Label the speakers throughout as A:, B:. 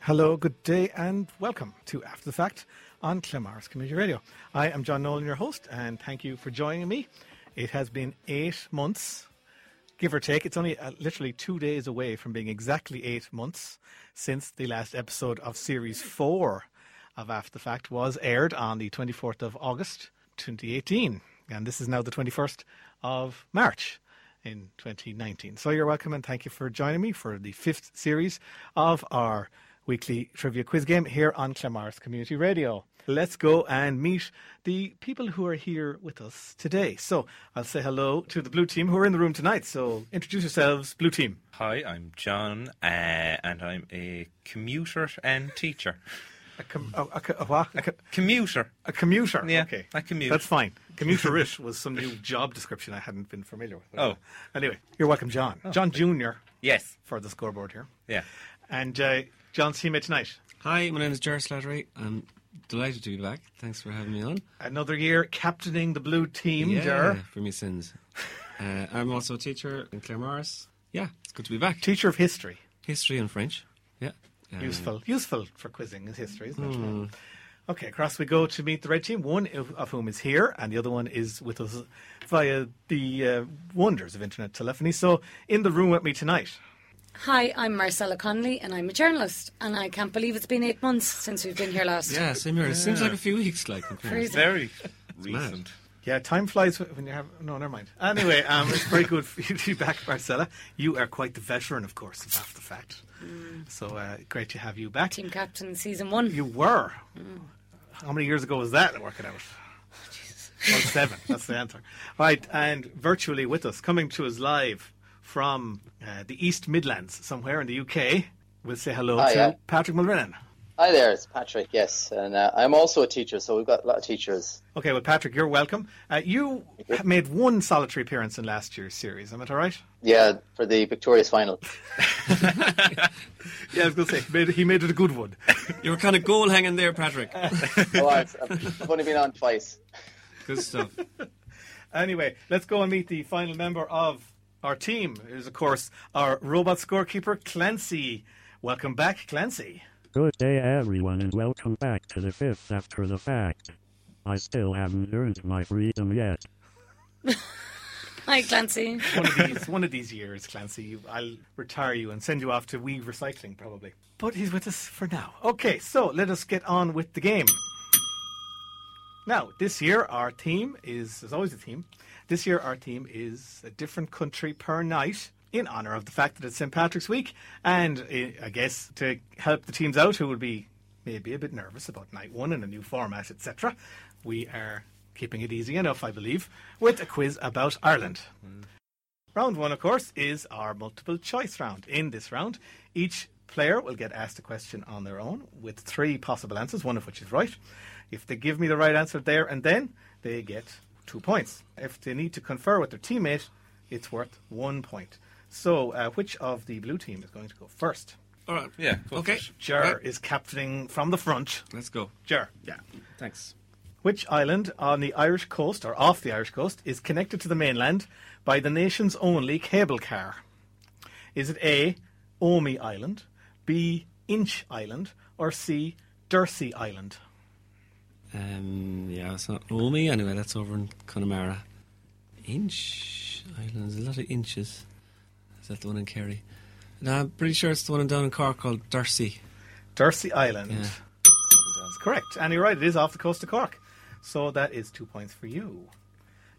A: Hello, Good Day, and Welcome to After the Fact on Clemaris Community Radio. I am John Nolan, your host, and thank you for joining me. It has been eight months, give or take. It's only uh, literally two days away from being exactly eight months since the last episode of Series 4 of After the Fact was aired on the 24th of August 2018. And this is now the 21st of March in 2019. So you're welcome and thank you for joining me for the fifth series of our weekly trivia quiz game here on Clamars Community Radio. Let's go and meet the people who are here with us today. So I'll say hello to the blue team who are in the room tonight. So introduce yourselves, blue team.
B: Hi, I'm John, uh, and I'm a commuter and teacher.
A: A, com- oh, a, a, co- a, what? a, co-
B: Commuter.
A: a commuter.
B: Yeah,
A: okay.
B: I commute.
A: That's fine. Commuterish was some new job description I hadn't been familiar with.
B: Oh.
A: Anyway, you're welcome, John. John Jr.
B: Yes.
A: for the scoreboard here.
B: Yeah.
A: And uh, John's teammate tonight.
C: Hi, my name is Jarvis Slattery. I'm delighted to be back. Thanks for having me on.
A: Another year captaining the blue team, Mm, Jar.
C: for me sins. Uh, I'm also a teacher in Claremorris. Yeah, it's good to be back.
A: Teacher of history.
C: History and French. Yeah. Um,
A: Useful. Useful for quizzing is history, isn't it? Okay, across we go to meet the red team, one of of whom is here, and the other one is with us via the uh, wonders of internet telephony. So, in the room with me tonight,
D: Hi, I'm Marcella Connolly and I'm a journalist and I can't believe it's been eight months since we've been here last.
C: Yeah, same here. It seems like a few weeks, like. in fairness.
D: Crazy.
B: Very
C: mad.
B: recent.
A: Yeah, time flies wh- when you have. No, never mind. Anyway, um, it's very good for you to be back, Marcella. You are quite the veteran, of course, of After the Fact. So uh, great to have you back.
D: Team captain season one.
A: You were. How many years ago was that? Work it out. Well, seven. That's the answer. All right, and virtually with us, coming to us live from uh, the East Midlands, somewhere in the UK, we'll say hello
E: Hi,
A: to
E: yeah.
A: Patrick Mulrennan.
E: Hi there, it's Patrick. Yes, and uh, I'm also a teacher, so we've got a lot of teachers.
A: Okay, well, Patrick, you're welcome. Uh, you ha- made one solitary appearance in last year's series. Am I right?
E: Yeah, for the victorious final.
A: Yeah, I was going to say, he made, he made it a good one.
C: You were kind of goal hanging there, Patrick.
E: oh, I've, I've only been on twice.
C: Good stuff.
A: Anyway, let's go and meet the final member of our team. It is, of course, our robot scorekeeper, Clancy. Welcome back, Clancy.
F: Good day, everyone, and welcome back to the fifth after the fact. I still haven't earned my freedom yet.
D: Hi, Clancy.
A: One of these, one of these years, Clancy, you- I'll retire you and send you off to Weave Recycling, probably. But he's with us for now. Okay, so let us get on with the game. Now, this year our theme is, there's always a theme. This year our theme is a different country per night in honor of the fact that it's St. Patrick's Week. And uh, I guess to help the teams out who will be maybe a bit nervous about night one and a new format, etc., we are keeping it easy enough, I believe, with a quiz about Ireland. Round one, of course, is our multiple choice round. In this round, each player will get asked a question on their own with three possible answers, one of which is right. If they give me the right answer there and then, they get two points. If they need to confer with their teammate, it's worth one point. So, uh, which of the blue team is going to go first?
C: All right.
B: Yeah, go
C: Okay.
B: for it.
A: Jer
C: Right,
A: is captaining from the front.
C: Let's go.
A: Jer, yeah.
C: Thanks.
A: Which island on the Irish coast or off the Irish coast is connected to the mainland by the nation's only cable car? Is it A. Omi Island, B. Inch Island, or C. Dursey Island?
C: Um, yeah, it's not Omi. Anyway, that's over in Connemara. Inch Island. There's a lot of inches. Is that the one in Kerry? No, I'm pretty sure it's the one down in Cork called Darcy.
A: Dursey Island.
C: Yeah.
A: That's correct. And you're right, it is off the coast of Cork. So that is two points for you.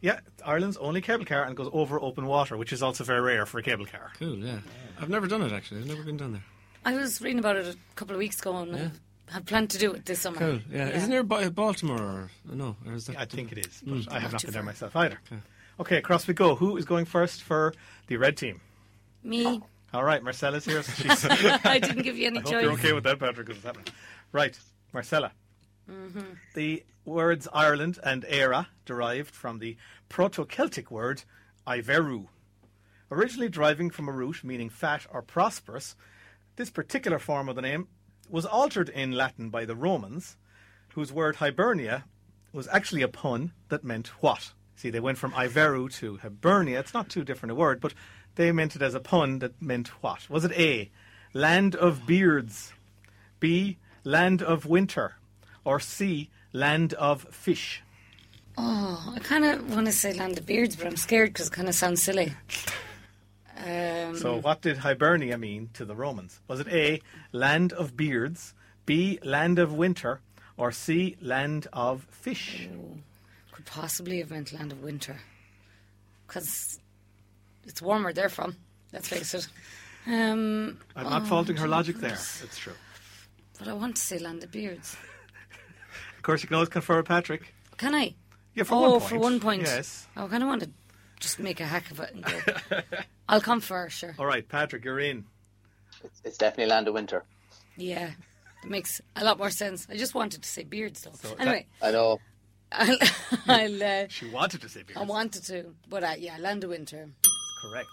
A: Yeah, it's Ireland's only cable car and goes over open water, which is also very rare for a cable car.
C: Cool, yeah. I've never done it actually. I've never been down there.
D: I was reading about it a couple of weeks ago and
C: Yeah.
D: I have planned to do it this summer.
C: Cool, yeah. Isn't there ba- Baltimore or no? Or is that
A: I think it is, but I
D: Not
A: have not
D: Mm. too
A: been there
D: far.
A: myself either. Okay. Okay, across we go. Who is going first for the red team?
D: Me.
A: All right, Marcella's here. So she's, Oh. I
D: I didn't give you any
A: hope you're
D: choice.
A: okay with that, Patrick. 'cause it's happening. Right, Marcella.
D: Mm-hmm.
A: The words Ireland and Era derived from the Proto-Celtic word Iveru. Originally deriving from a root meaning fat or prosperous, this particular form of the name was altered in Latin by the Romans, whose word Hibernia was actually a pun that meant what? See, they went from Iveru to Hibernia. It's not too different a word, but they meant it as a pun that meant what? Was it A, land of beards, B, land of winter, or C, land of fish?
D: Oh, I kind of want to say Land of Beards, but I'm scared because it kind of sounds silly. Um,
A: So, what did Hibernia mean to the Romans? Was it A, land of beards, B, land of winter, or C, land of fish?
D: could possibly have meant Land of Winter because it's warmer they're from. Let's face it. Um,
A: I'm not faulting her logic there. It's true.
D: but I want to say Land of Beards.
A: Of course, you can always confer with Patrick.
D: Can I?
A: Yeah, for
D: oh,
A: one point.
D: for one point. Oh,
A: Yes.
D: I kind of want to just make a hack of it and go. I'll come for sure.
A: All right, Patrick, you're in.
E: It's, it's definitely Land of Winter.
D: Yeah, it makes a lot more sense. I just wanted to say beards though. anyway,
E: I know.
D: I'll, I'll uh,
A: She wanted to say beards.
D: I wanted to, but uh, yeah, Land of Winter.
A: Correct.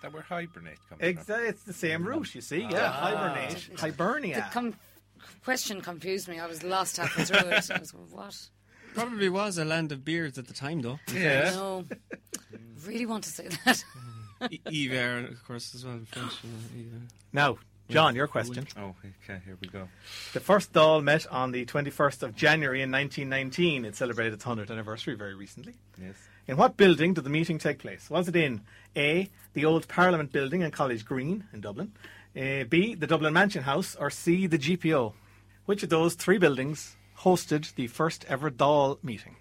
B: That where hibernate comes from.
A: Exactly. It's the same root, you see. Yeah, hibernate. Hibernia.
D: Com- question confused me. I was lost halfway through it. I was what?
C: Probably was a land of beards at the time, though.
B: Yeah.
D: No, really want to say that.
C: E- Hiver, of course, as well in French. You know, hiver.
A: Now, John, your question.
B: Oh, okay, here we go.
A: The first doll met on the 21st of January in 1919. It celebrated its 100th anniversary very recently.
B: Yes.
A: In what building did the meeting take place? Was it in A, the old Parliament building in College Green in Dublin, eh, B, the Dublin Mansion House, or C, the GPO? Which of those three buildings hosted the first ever doll meeting?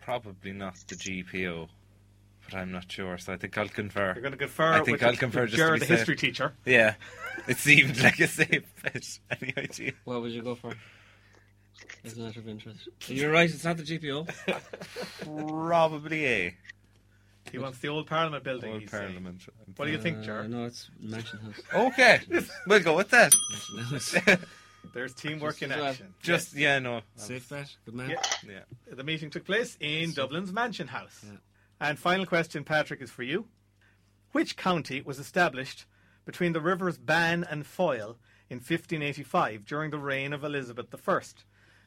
B: Probably not the GPO, but I'm not sure, so I think I'll confer.
A: You're going to confer.
B: I think
A: with
B: I'll confer
A: with
B: just
A: Ger,
B: to be
A: the
B: safe.
A: history teacher.
B: Yeah. It seemed like a safe bet. Any idea?
C: What would you go for? As a matter of interest. You're right, it's not the GPO.
B: Probably A.
A: He wants the old Parliament building.
B: Old
A: he's saying.
B: Parliament.
A: What do you think, Ger?
C: Uh, no, it's Mansion House.
B: Okay. We'll go with that.
C: Mansion House.
A: There's teamwork
C: Just
A: in
C: as well.
A: action.
B: Just, yeah, no.
C: Safe bet, good man.
A: Yeah.
B: Yeah.
A: The meeting took place in Dublin's Mansion House. And final question, Patrick, is for you. Which county was established between the rivers Bann and Foyle in 1585 during the reign of Elizabeth I?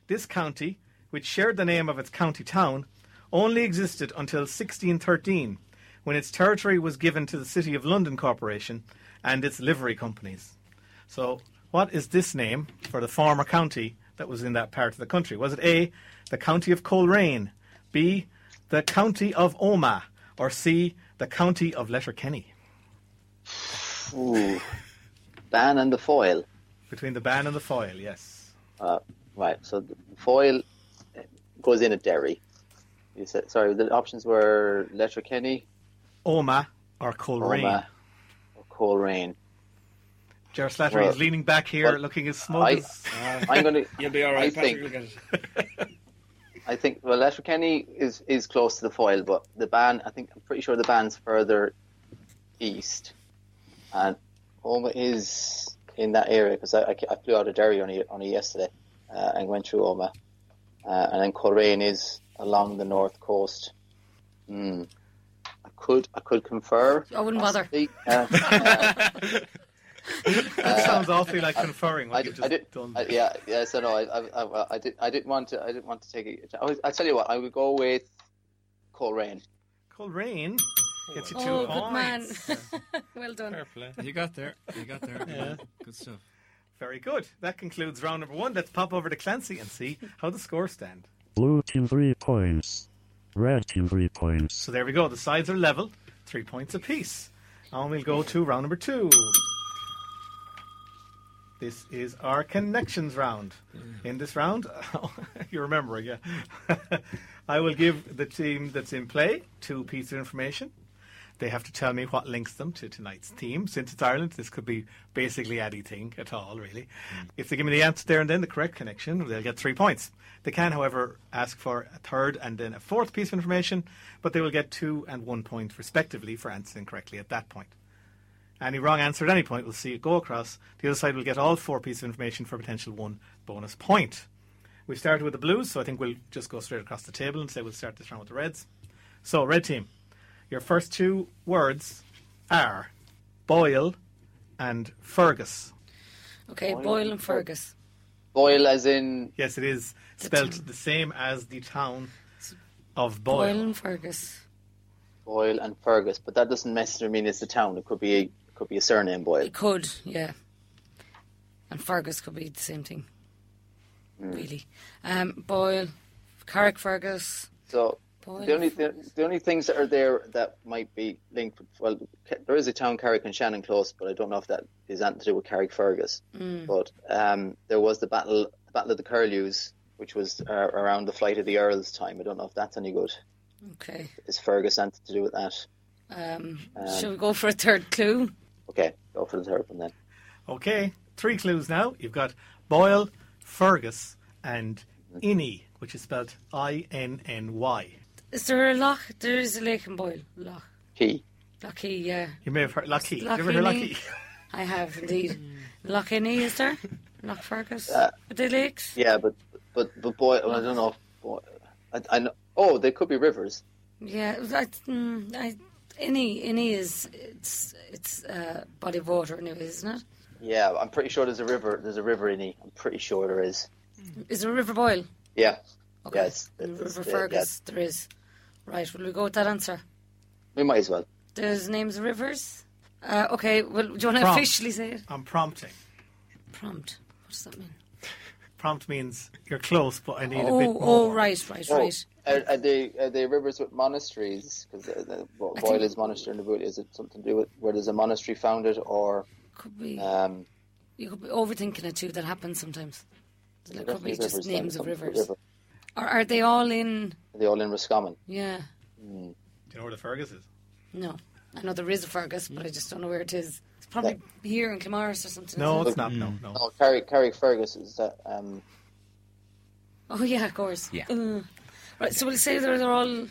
A: This county, which shared the name of its county town, only existed until 1613 when its territory was given to the City of London Corporation and its livery companies. So, what is this name for the former county that was in that part of the country? Was it A, the county of Coleraine, B, the county of Omagh, or C, the county of Letterkenny?
E: Ooh. Ban and the foil.
A: Between the ban and the foil, yes.
E: Uh, right. So the foil goes in at Derry. You said sorry. The options were Letterkenny,
A: Omagh or Coleraine.
E: Roma, or Coleraine.
A: Ger Slattery
E: Well-
A: is leaning back here,
E: well,
A: looking as smug
E: I-
A: as.
E: I'm going to.
C: You'll be
E: I
C: alright,
E: Patrick,
C: Patrick.
E: think-
C: Look
E: look
C: at it.
E: I think well, Letterkenny is is close to the foil, but the ban. I think I'm pretty sure the ban's further east, and Oma is in that area because I, I, I flew out of Derry only only yesterday uh, and went through Oma, uh, and then Coleraine is along the north coast. Hmm. I could I could confer.
D: I wouldn't Oh, bother.
E: possibly, uh, uh,
A: that sounds awfully like conferring what
E: I,
A: you've
E: did,
A: just
E: I did,
A: done.
E: I, yeah, yeah. So no, I, I, I, I did, I didn't want to, I didn't want to take it. I was, I tell you what, I would go with Coleraine.
A: Coleraine gets you two
D: Oh, good man.
A: points.
D: well done.
B: Fair play.
C: You got there. You got there. Good stuff.
A: Very good. That concludes round number one. Let's pop over to Clancy and see how the scores stand.
F: Blue team 3 points. Red team 3 points.
A: So there we go. The sides are level, three points apiece. And we'll go to round number two. This is our connections round. In this round, you're remembering, yeah. I will give the team that's in play two pieces of information. They have to tell me what links them to tonight's theme. Since it's Ireland, this could be basically anything at all, really. If they give me the answer there and then, the correct connection, they'll get three points. They can, however, ask for a third and then a fourth piece of information, but they will get two and one point, respectively, for answering correctly at that point. Any wrong answer at any point will see it go across. The other side will get all four pieces of information for a potential one bonus point. We started with the blues, so I think we'll just go straight across the table and say we'll start this round with the reds. So, red team, your first two words are Boyle and Fergus.
D: Okay,
E: Boyle
D: Boyle and
E: and
D: Fergus.
E: Boyle, as in
A: Yes, it is
D: The
A: spelt
D: town.
A: the same as the town of
D: Boyle
A: Boyle.
D: and Fergus.
E: Boyle and Fergus, but that doesn't necessarily mean it's the town. It could be a, it could be a surname Boyle.
D: It could, yeah. And Fergus could be the same thing.
E: Hmm.
D: Really. Um, Boyle, Carrick Fergus.
E: So
D: Boyle
E: the only
D: and
E: the, the only things that are there that might be linked. With, well, Ca- there is a town Carrick and Shannon close, but I don't know if that is anything to do with Carrick Fergus.
D: Mm.
E: But um, there was the battle, the battle of the Curlews, which was uh, around the flight of the Earls time. I don't know if that's any good.
D: Okay.
E: Is Fergus anything to do with that?
D: Um,
E: Uh,
D: Shall we go for a third clue?
E: Okay, go for the third one then.
A: Okay, three clues now. You've got Boyle, Fergus, and Inny, which is spelled I N N Y.
D: Is there a loch? There is a lake in Boyle. Loch.
E: Key.
D: Lucky, yeah.
A: You may have heard Lucky. Did you ever
D: Lough
A: hear
D: Inny.
A: Lucky?
D: I have indeed. Loch Inny, is there? Loch Fergus?
E: Uh,
D: Are they lakes?
E: Yeah, but but but Boyle. I don't know. If Boyle, I, I know. Oh, they could be rivers.
D: Yeah, that, mm, I, Inny, Inny is, it's, it's a body of water anyway, isn't
E: Yeah, I'm pretty sure there's a river. There's a river in E. I'm pretty sure there is.
D: it? Is there a River Boyle?
E: Yeah.
D: Okay.
E: Yes.
D: And
E: It's- uh,
D: River
E: yeah,
D: Fergus, there is. Right, will we go with that answer?
E: We might as well.
D: There's names of rivers. Uh, okay, well, do you want to
A: Prompt.
D: officially say it?
A: I'm prompting.
D: Prompt. What does that mean?
A: Prompt means you're close, but I need a bit
D: Oh,
A: more.
D: oh, right, right, right.
E: Are, are they are they rivers with monasteries? uh, Because
D: I
E: Boyle
D: think-
E: is monastery in the boot. Is it something to do with where there's a monastery founded, or
D: Could be,
E: um,
D: you could be overthinking it too, that happens sometimes. There could be
E: definitely
D: just
E: rivers, then,
D: names of
E: something to do
D: rivers.
E: with river.
D: Or are they all in,
E: Are they all in Roscommon?
D: yeah,
A: Do you know where the Fergus is?
D: no. I know there is a Fergus, but I just don't know where it is. It's probably here in Clamaris or something.
A: No,
D: isn't it?
A: it's not. No, no.
E: Oh, Carrick Carrick Fergus is that. Um,
D: Oh, yeah, of course.
B: Yeah.
D: Uh, right, so we'll say they're, they're all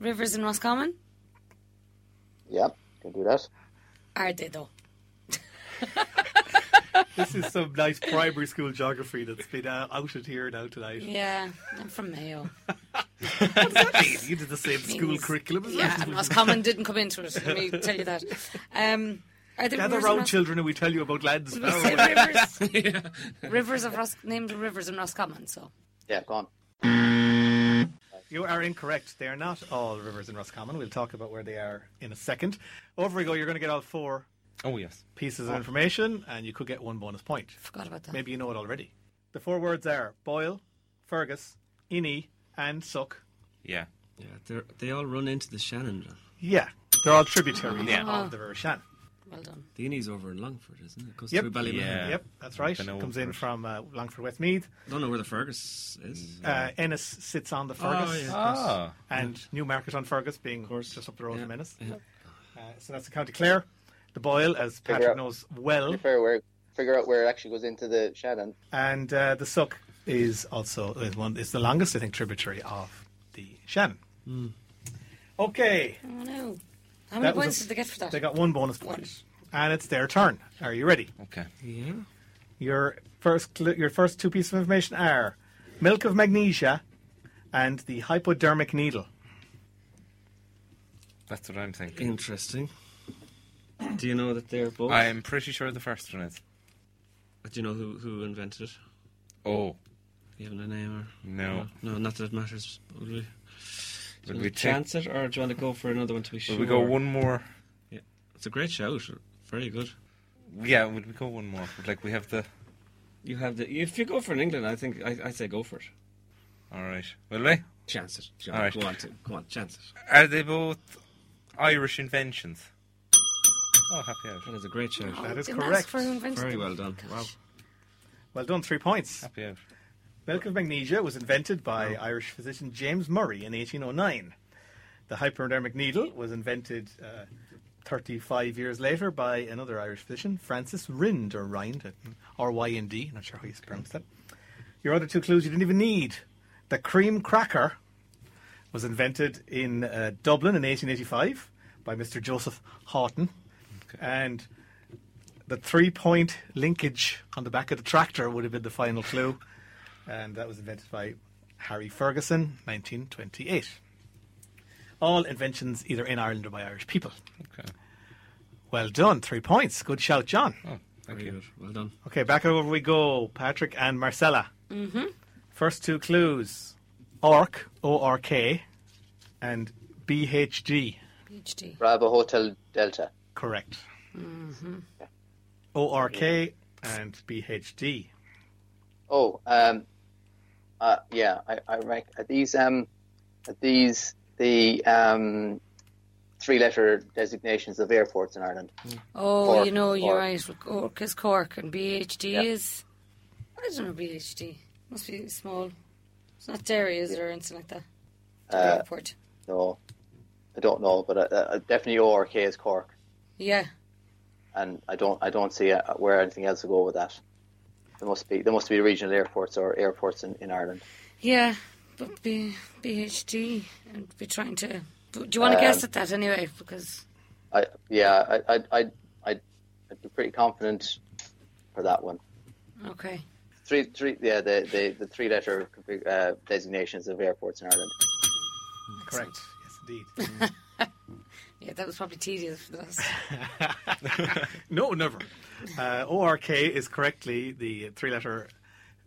D: rivers in Roscommon?
E: yeah, can do that.
D: Are they, though?
A: This is some nice primary school geography that's been uh, outed here now tonight.
D: Yeah, I'm from Mayo.
A: You did the same school
D: Means-
A: curriculum as
D: Yeah,
A: us.
D: and Roscommon didn't come into it. Let me tell you that. Um, are
A: Gather
D: there rivers in
A: round,
D: Ros-
A: children, and we tell you about lands.
D: We'll say rivers, rivers of Ros- named rivers in Roscommon. So
E: Yeah, go on.
A: You are incorrect. They are not all rivers in Roscommon. We'll talk about where they are in a second. Over we go. You're going to get all four
B: Oh, yes.
A: pieces of information, and you could get one bonus point.
D: forgot about that.
A: Maybe you know it already. The four words are Boyle, Fergus, Inny, and Suck.
B: Yeah.
C: Yeah, they're, they all run into the Shannon. John.
A: Yeah, they're all tributaries
B: Yeah.
A: of the River Shannon.
D: Well done.
C: The Innie's over in Longford, isn't it? Goes
A: Yep.
C: through Ballymahon.
B: Yeah.
A: Yep, that's right.
B: Been over
A: Comes in
B: it.
A: from uh, Langford Westmeath.
C: Don't know where the Fergus is.
A: Uh, Ennis sits on the Fergus,
C: Oh, yeah.
B: Ah.
A: and Newmarket on Fergus being
C: course.
A: just up the road
C: Yeah.
A: from Ennis.
C: Yeah.
A: Uh, so that's the County Clare. The Boyle, as Patrick
E: out.
A: knows well,
E: Fair where figure out where it actually goes into the Shannon.
A: and uh, the Suck is also is one. It's the longest, I think, tributary of the Shannon.
C: Hmm.
A: Okay,
D: Oh no! How many
A: That was
D: points
A: a-
D: did they get for that?
A: they got one bonus point, and it's their turn. Are you ready?
B: Okay.
C: Yeah.
A: Your first, cl- your first two pieces of information are milk of magnesia and the hypodermic needle.
B: That's what I'm thinking.
C: Interesting. Do you know that they're both?
B: I'm pretty sure the first one is.
C: Do you know who, who invented it?
B: Oh,
C: Do you have a name or?
B: no.
C: No, not that it matters. Will we,
B: Will
C: will
B: we
C: we
B: take-
C: chance it, or do you want to go for another one to be sure?
B: Will we go one more?
C: It's a great shout. Very good.
B: Yeah, will we go one more? Like, we have the.
C: You have the. If you go for an England, I think I, I say go for it.
B: Alright. Will we?
C: Chance it. John.
B: All right.
C: Go on, to, go on, chance it.
B: Are they both Irish inventions? Oh, happy out.
C: That is a great shout.
D: Oh,
A: That is
D: didn't ask
A: correct.
D: for who invented
C: Very
D: them.
C: well done. Wow.
A: Well done, three points.
B: Happy out.
A: Milk of magnesia was invented by Irish physician James Murray in 1809. The hypodermic needle was invented uh, 35 years later by another Irish physician, Francis Rind, or uh, Rind, or Y-N-D, not sure how you pronounce that. Your other two clues you didn't even need. The cream cracker was invented in uh, Dublin in 1885 by Mr. Joseph Houghton. And the three point linkage on the back of the tractor would have been the final clue. And that was invented by Harry Ferguson, 1928. All inventions either in Ireland or by Irish people.
B: Okay.
A: Well done, three points. Good shout, John.
B: Oh, thank
C: Very
B: you.
C: good. Well done.
A: Okay, back over we go. Patrick and Marcella. Mm-hmm. First two clues ORC, O R K, and BHG.
D: PhD.
E: Bravo Hotel Delta.
A: Correct. ORK and BHD.
E: Oh, um, uh, yeah, I, I rec- are these um, are these the um, three-letter designations of airports in Ireland?
D: Oh,
E: Cork,
D: you know, you're
E: Cork.
D: right. Cork is Cork, and BHD
E: Yeah.
D: is. I don't know BHD. Must be small. It's not dairy, is it, or anything like that? To the
E: Uh,
D: airport.
E: No, I don't know, but uh, uh, definitely ORK is Cork,
D: Yeah.
E: and I don't I don't see uh, where anything else to go with that. There must be there must be regional airports or airports in, in Ireland.
D: Yeah, but B, BHD and be trying to. Do you want to
A: Um,
D: guess at that anyway? Because
E: I yeah, I I I I'd, I'd be pretty confident for that one.
D: okay,
E: Three, three, yeah, the, the, the three letter uh, designations of airports in Ireland.
A: Correct. Yes, indeed.
D: yeah, that was probably tedious for us.
A: no, never. Uh, ORK is correctly the three letter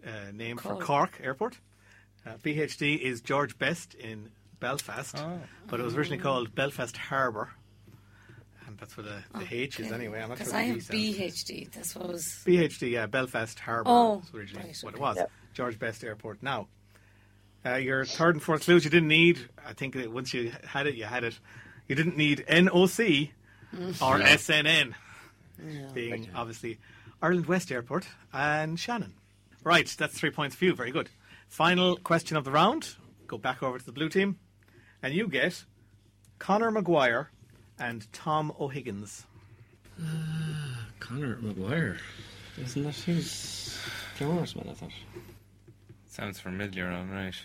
A: uh, name for
D: Cork.
A: Cork Airport. Uh, BHD is George Best in Belfast,
B: Oh.
A: but it was originally called Belfast Harbour. And that's where the, the H is anyway. I'm not sure
D: Because
A: what
D: I
A: the
D: have
A: B sounds.
D: BHD. That's what was.
A: BHD, yeah, Belfast Harbour
D: Oh,
A: was originally
D: right,
A: what it
D: okay.
A: was.
E: Yeah.
A: George Best Airport now. Uh, your third and fourth clues you didn't need. I think that once you had it, you had it. You didn't need NOC
D: Mm.
A: or SNN, being obviously Ireland West Airport and Shannon. Right, that's three points for you. Very good. Final question of the round. Go back over to the blue team, and you get Connor Maguire and Tom O'Higgins.
C: Connor McGuire. Isn't that who's Flowersman, I thought?
B: Sounds familiar, all right.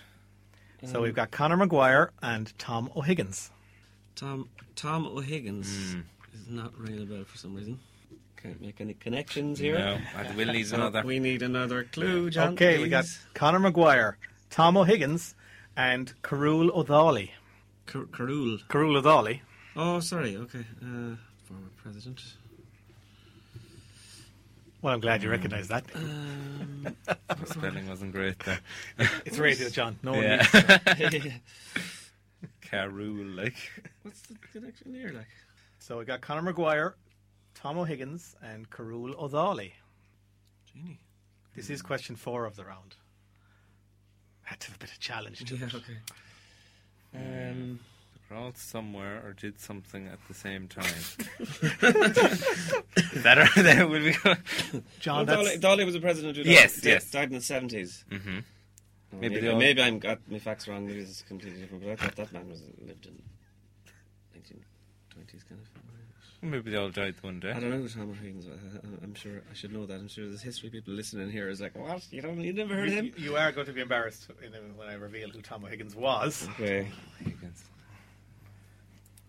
A: So we've got Connor Maguire and Tom O'Higgins.
C: Tom Tom O'Higgins
B: Hmm.
C: is not ringing a bell for some reason. Can't make any connections here.
B: No, I will need
C: So
B: another.
C: We need another clue, John.
A: okay, we got
C: please.
A: Connor Maguire, Tom O'Higgins, and Karul O'Dawley.
C: Car- Carul.
A: Karul O'Dawley.
C: Oh, sorry. Okay, uh, former president.
A: Well, I'm glad you recognise that.
C: Um,
B: The spelling wasn't great there.
A: It's radio, John. No one
B: Yeah.
A: needs.
B: Carul, like.
C: what's the connection here? Like,
A: So we got Connor Maguire, Tom O'Higgins, and Karul O'Dawley.
C: Genie.
A: This is question four of the round. Had to have a bit of challenge to
C: Yeah.
A: it.
C: Okay. Um,
B: They're all somewhere or did something at the same time. Is that or that will be good?
A: John,
C: Dolly,
A: that's,
C: Dolly was a president. Who died,
B: Yes,
C: died-
B: yes.
C: Died in the seventies.
B: Mhm. Maybe
C: Maybe
B: they all-
C: maybe, maybe I'm got my facts wrong. Maybe this is completely different. But I thought that man was lived in 1920s, kind of.
B: Maybe they all died one day.
C: I don't know Tom Higgins. I'm sure I should know that. I'm sure there's history people listening here is like, what? You don't? You never heard of
A: you,
C: him?
A: you are going to be embarrassed in a- when I reveal who Tom O'Higgins was.
C: Okay.
B: Higgins.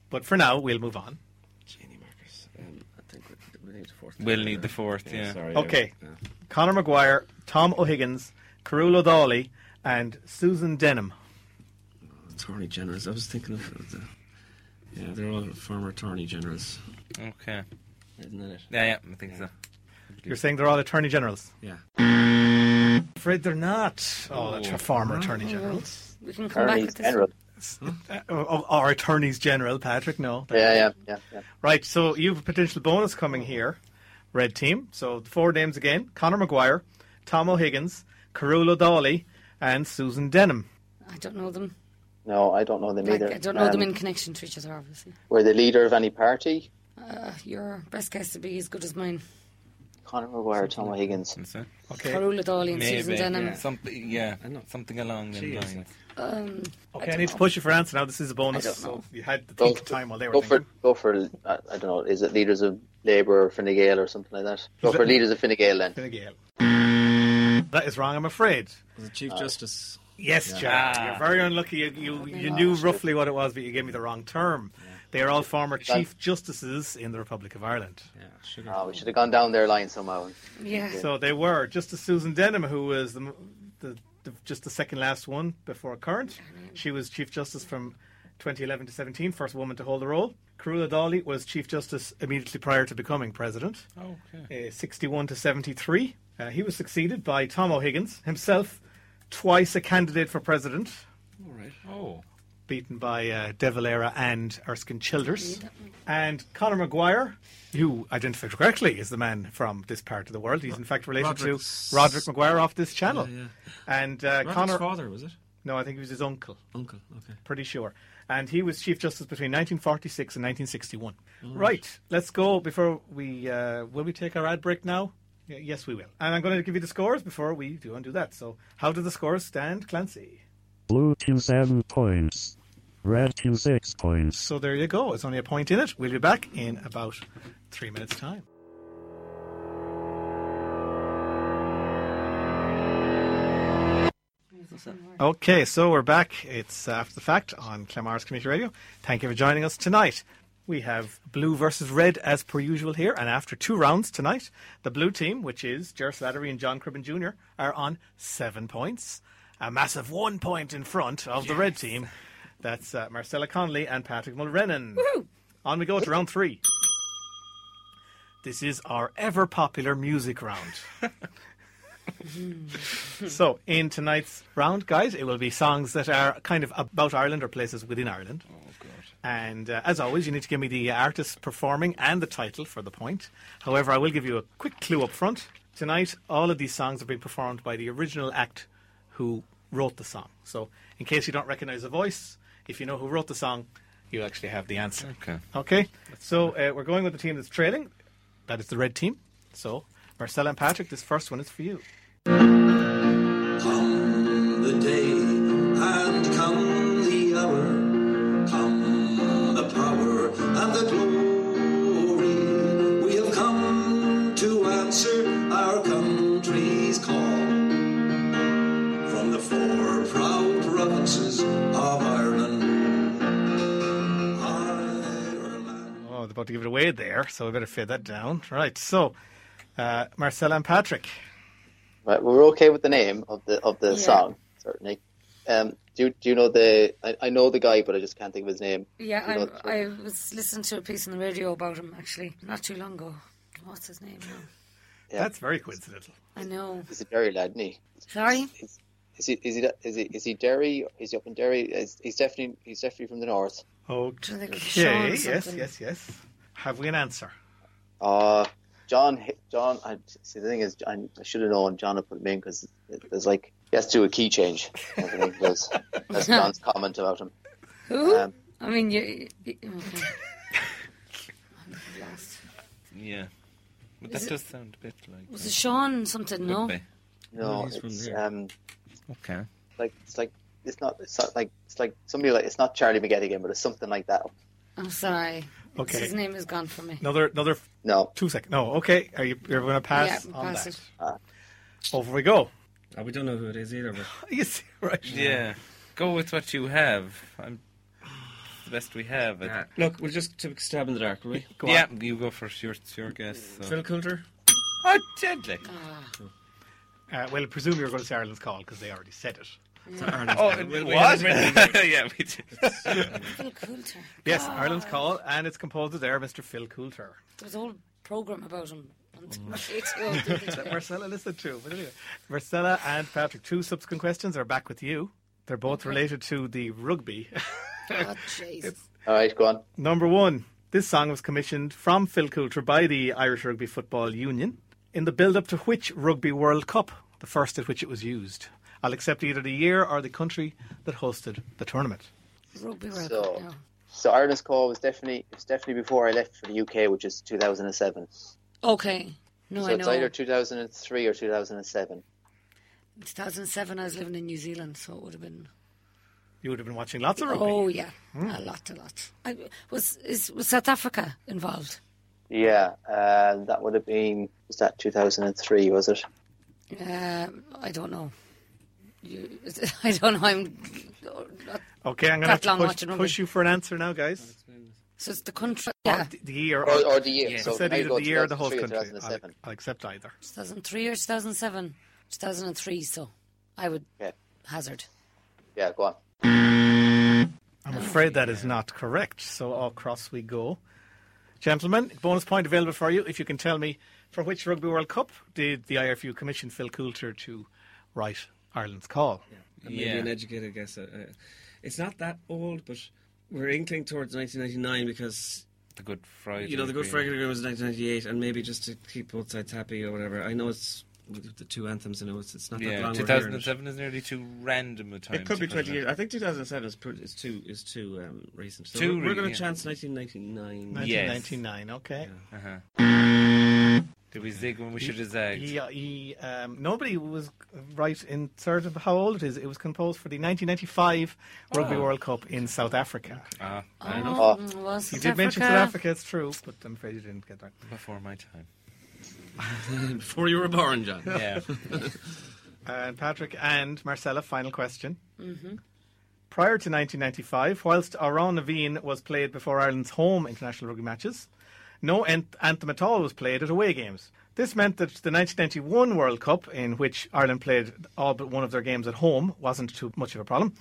A: But for now, we'll move on.
C: Janie Marcus. Um, I think we, we need the fourth.
B: We'll need the fourth, yeah.
C: Sorry. uh,
A: Okay.
C: I- yeah.
A: Connor Maguire, Tom O'Higgins, Carol O'Dawley, and Susan Denham.
C: Attorney generals. I was thinking of the. Yeah, they're all former attorney generals,
B: Okay.
C: isn't that it?
B: Yeah, yeah, I think so.
A: You're saying they're all attorney generals?
C: Yeah.
A: Afraid they're not. Oh, that's your former attorney generals.
D: We can come
E: Attorneys
D: back at this.
E: General.
A: Uh, or, or attorneys general, Patrick, no.
E: Yeah, yeah, yeah, yeah.
A: Right, so you have a potential bonus coming here, red team. So the four names again Connor Maguire, Tom O'Higgins, Carol O'Dawley, and Susan Denham.
D: I don't know them.
E: No, I don't know them
D: Like,
E: either.
D: I don't know them
E: Um,
D: in connection to each other, obviously.
E: Were the leader of any party?
D: Uh, your best guess would be as good as mine.
E: Conor Maguire, Tom O'Higgins.
B: Think so.
A: Okay.
D: Carula Dolly and
B: Maybe.
D: Susan Denham.
B: Yeah. Something, yeah.
C: I know.
B: Something along them
C: She is,
B: lines.
C: like-
D: Um,
A: Okay, I, need to push you for answer now. This is a bonus,
E: I don't
A: so
E: know.
A: you had to
E: Go
A: think of
E: for-
A: time while they were
E: Go for,
A: thinking.
E: go for, I I don't know, is it Leaders of Labour or Fine Gael or something like that? Go
A: Is
E: for
A: it-
E: Leaders of Fine Gael then.
A: Fine Gael. That is wrong, I'm afraid.
C: Was it Chief Justice?
A: Yes, Jack. You're very unlucky. You, you, you knew roughly what it was, but you gave me the wrong term. They are all former Chief Justices in the Republic of Ireland.
C: Yeah, uh, sugar.
E: Ah, we should have gone down their line somehow.
D: yeah.
A: So they were Justice Susan Denham, who was the, the, the just the second last one before current. She was Chief Justice from 2011 to 17, first woman to hold the role. Karula Dolly was Chief Justice immediately prior to becoming president,
B: Okay.
A: uh, 61 to 73. Uh, he was succeeded by Tom O'Higgins, himself twice a candidate for president,
C: All right.
B: Oh.
A: beaten by uh, De Valera and Erskine Childers. And Conor Maguire, who identified correctly, is the man from this part of the world. He's in fact related
C: Roderick's-
A: to Roderick Maguire off this channel.
C: Yeah, yeah.
A: And uh,
C: Roderick's
A: Conor,
C: father was it?
A: no, I think he was his uncle,
C: Uncle. Okay.
A: pretty sure. And he was Chief Justice between 1946 and 1961. Right, let's go before we. Uh, will we take our ad break now? Y- yes, we will. And I'm going to give you the scores before we do undo that. So, how do the scores stand, Clancy?
F: Blue team 7 points. Red team 6 points.
A: So there you go. It's only a point in it. We'll be back in about three minutes' time. Okay, so we're back. It's after the fact on Clamars Community Radio. Thank you for joining us tonight. We have blue versus red as per usual here, and after two rounds tonight, the blue team, which is Jer Slattery and John Cribben Jr., are on seven points, a massive one point in front of the red team. That's uh, Marcella Connolly and Patrick Mulrennan. On we go to round three. This is our ever popular music round. so, in tonight's round, guys, it will be songs that are kind of about Ireland or places within Ireland. And uh, as always, you need to give me the artist performing and the title for the point. However, I will give you a quick clue up front. Tonight, all of these songs have been performed by the original act who wrote the song. So, in case you don't recognize the voice, if you know who wrote the song, you actually have the answer.
B: Okay.
A: Okay, so uh, we're going with the team that's trailing. That is the red team. So, Marcella and Patrick, this first one is for you.
G: Come the day and come the hour, come the power and the glory. We have come to answer our country's call from the four proud provinces of Ireland. Ireland.
A: Oh, they're about to give it away there, so we better fade that down. Right, so uh, Marcella and Patrick.
E: Right, we're okay with the name of the of the
D: Yeah.
E: song, certainly. Um, do do you know the? I, I know the guy, but I just can't think of his name. Do you
D: Yeah,
E: know the-
D: I, I was listening to a piece on the radio about him actually not too long ago. What's his name? now?
E: Yeah.
A: That's very coincidental.
D: I know.
E: He's a Derry lad, isn't he?
D: Sorry.
E: Is, is he is he that- is he is he Derry? Is he up in Derry? Is, he's definitely he's definitely from the north.
A: Okay,
D: think it's Sean
A: yes,
D: something.
A: yes, yes. Have we an answer?
E: Uh John Hi- John. I, see, the thing is, I, I should have known John had put him in because there's like he has to do a key change. I think that's, that's John's comment about him.
D: Who?
E: Um,
D: I mean, you. you okay. I'm lost.
B: Yeah. But that
D: Is it-
B: does sound a bit like.
D: Was it Sean something?
B: Could
D: No.
B: be.
E: no,
C: he's from
E: it's,
C: there.
E: um,
B: Okay.
E: like it's like it's not it's not like it's like somebody like it's not Charlie McGettigan, but it's something like that.
D: I'm sorry.
A: Okay.
D: His name is gone from me.
A: Another, another
E: No,
A: two seconds. No, okay. Are you you're going to pass
D: Yeah,
A: on
D: pass
A: that?
D: it.
A: Over we go.
C: Oh, we don't know who it is either. But
A: Yes, right.
B: Yeah. Go with what you have. I'm the best we have. I think.
C: look, we'll just take a stab in the dark, will we?
A: Go
B: yeah, you go first. Your, it's your guess. So.
C: Phil Coulter.
B: Oh, deadly.
A: on. Uh, well, I presume you're going to say Ireland's call because they already said it.
B: Oh, what? yeah, we did.
D: Phil Coulter.
A: Yes,
D: Ah.
A: Ireland's call, and it's composer there, Mr. Phil Coulter.
D: There was a whole program about him. on TV.
A: that Marcella listened to. But anyway, Marcella and Patrick, two subsequent questions are back with you. They're both related to the rugby.
D: oh, jeez.
E: all right, go on.
A: Number one, this song was commissioned from Phil Coulter by the Irish Rugby Football Union in the build up to which Rugby World Cup, the first at which it was used. I'll accept either the year or the country that hosted the tournament.
D: Rugby World
E: So-
D: Cup now.
E: So Ireland's call was definitely it was definitely before I left for the UK, which is 2007.
D: Okay. No,
A: Oh,
E: so
D: I
E: it's either
D: know.
E: 2003 or 2007.
D: In 2007, I was living in New Zealand, so it would have been
A: You would have been watching lots of rugby.
D: Oh yeah, a lot, a lot. I, was is was South Africa involved?
E: Yeah, uh, that would have been was that 2003, was it?
D: Uh, I don't know. You, I don't know. I'm.
A: Okay, I'm going
D: That
A: to
D: long
A: push,
D: watching rugby.
A: push you for an answer now, guys.
D: So it's the country. Yeah,
A: The- The year
E: Or, or the year.
A: I
E: So
A: said
E: now
A: either
E: go
A: the year or the whole
E: 2003,
A: country. I'll,
E: 2007.
A: I'll accept either.
D: 2003 or 2007, 2003. So I would
E: Yeah,
D: hazard.
E: yeah, go on.
A: I'm afraid that is not correct. So across we go. Gentlemen, bonus point available for you if you can tell me for which Rugby World Cup did the IRFU commission Phil Coulter to write Ireland's call?
C: Maybe
B: Yeah.
C: an educated guess. Uh, uh, it's not that old, but we're inkling towards 1999 because
B: The Good Friday.
C: you know the Good Friday
B: Agreement.
C: Agreement was 1998, and maybe just to keep both sides happy or whatever. I know it's with the two anthems, and it's it's not that
B: Yeah,
C: long. we're hearing it.
B: 2007 is nearly too random a time.
C: It could
B: to
C: be
B: put
C: 20
B: in.
C: years. I think 2007 is, pretty, is too is too um, recent. So
B: Too
C: we're, we're
B: re-
C: going to
B: yeah.
C: chance 1999.
B: Yeah.
A: 1999, okay.
B: Uh-huh. Did we zig when we should have zagged?
A: He, he, um, nobody was right in terms of how old it is. It was composed for the 1995 Rugby World Cup in South Africa.
B: Ah,
D: Oh, was
A: You
D: South
A: did mention South Africa, it's true, but I'm afraid you didn't get that.
B: before my time.
C: Before you were born, John.
B: Yeah.
A: Uh, And Patrick and Marcella, final question. Prior to 1995, whilst Aron Naveen was played before Ireland's home international rugby matches, no an- anthem at all was played at away games. This meant that the 1991 World Cup, in which Ireland played all but one of their games at home, wasn't too much of a problem.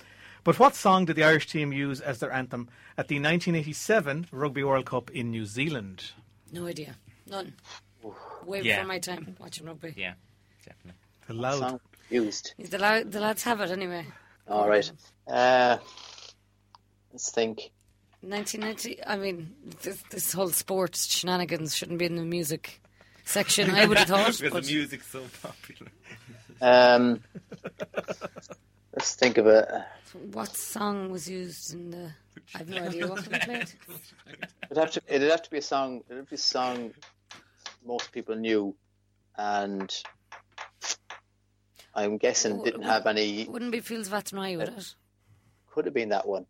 A: But what song did the Irish team use as their anthem at the 1987 Rugby World Cup in New Zealand?
D: No idea. None. Way
B: Yeah.
D: before my time watching rugby.
B: yeah, definitely.
A: The loud.
E: Sound confused.
D: The, la- the lads have it anyway.
E: All right. Uh, let's think.
D: 1990. I mean, this, this whole sports shenanigans shouldn't be in the music section. I would have thought.
B: Because
D: but
B: the music's so popular.
E: Um, let's think of a.
D: what song was used in the? I've no idea what we played.
E: It'd have to. It'd have to be a song. It'd be a song most people knew, and I'm guessing didn't have any.
D: Wouldn't be Fields of Athenry, would it?
E: Could have been that one.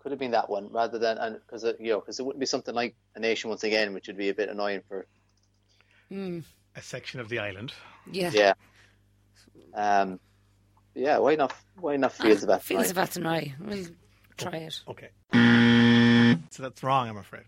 E: Could have been that one rather than and because you know because it wouldn't be something like a nation once again, which would be a bit annoying for
A: A section of the island.
D: Yeah.
E: yeah. Um, yeah. Why not? Why not fields of Athenry?
D: Ah, Fields of Athenry. We'll try it.
A: Okay. So that's wrong, I'm afraid.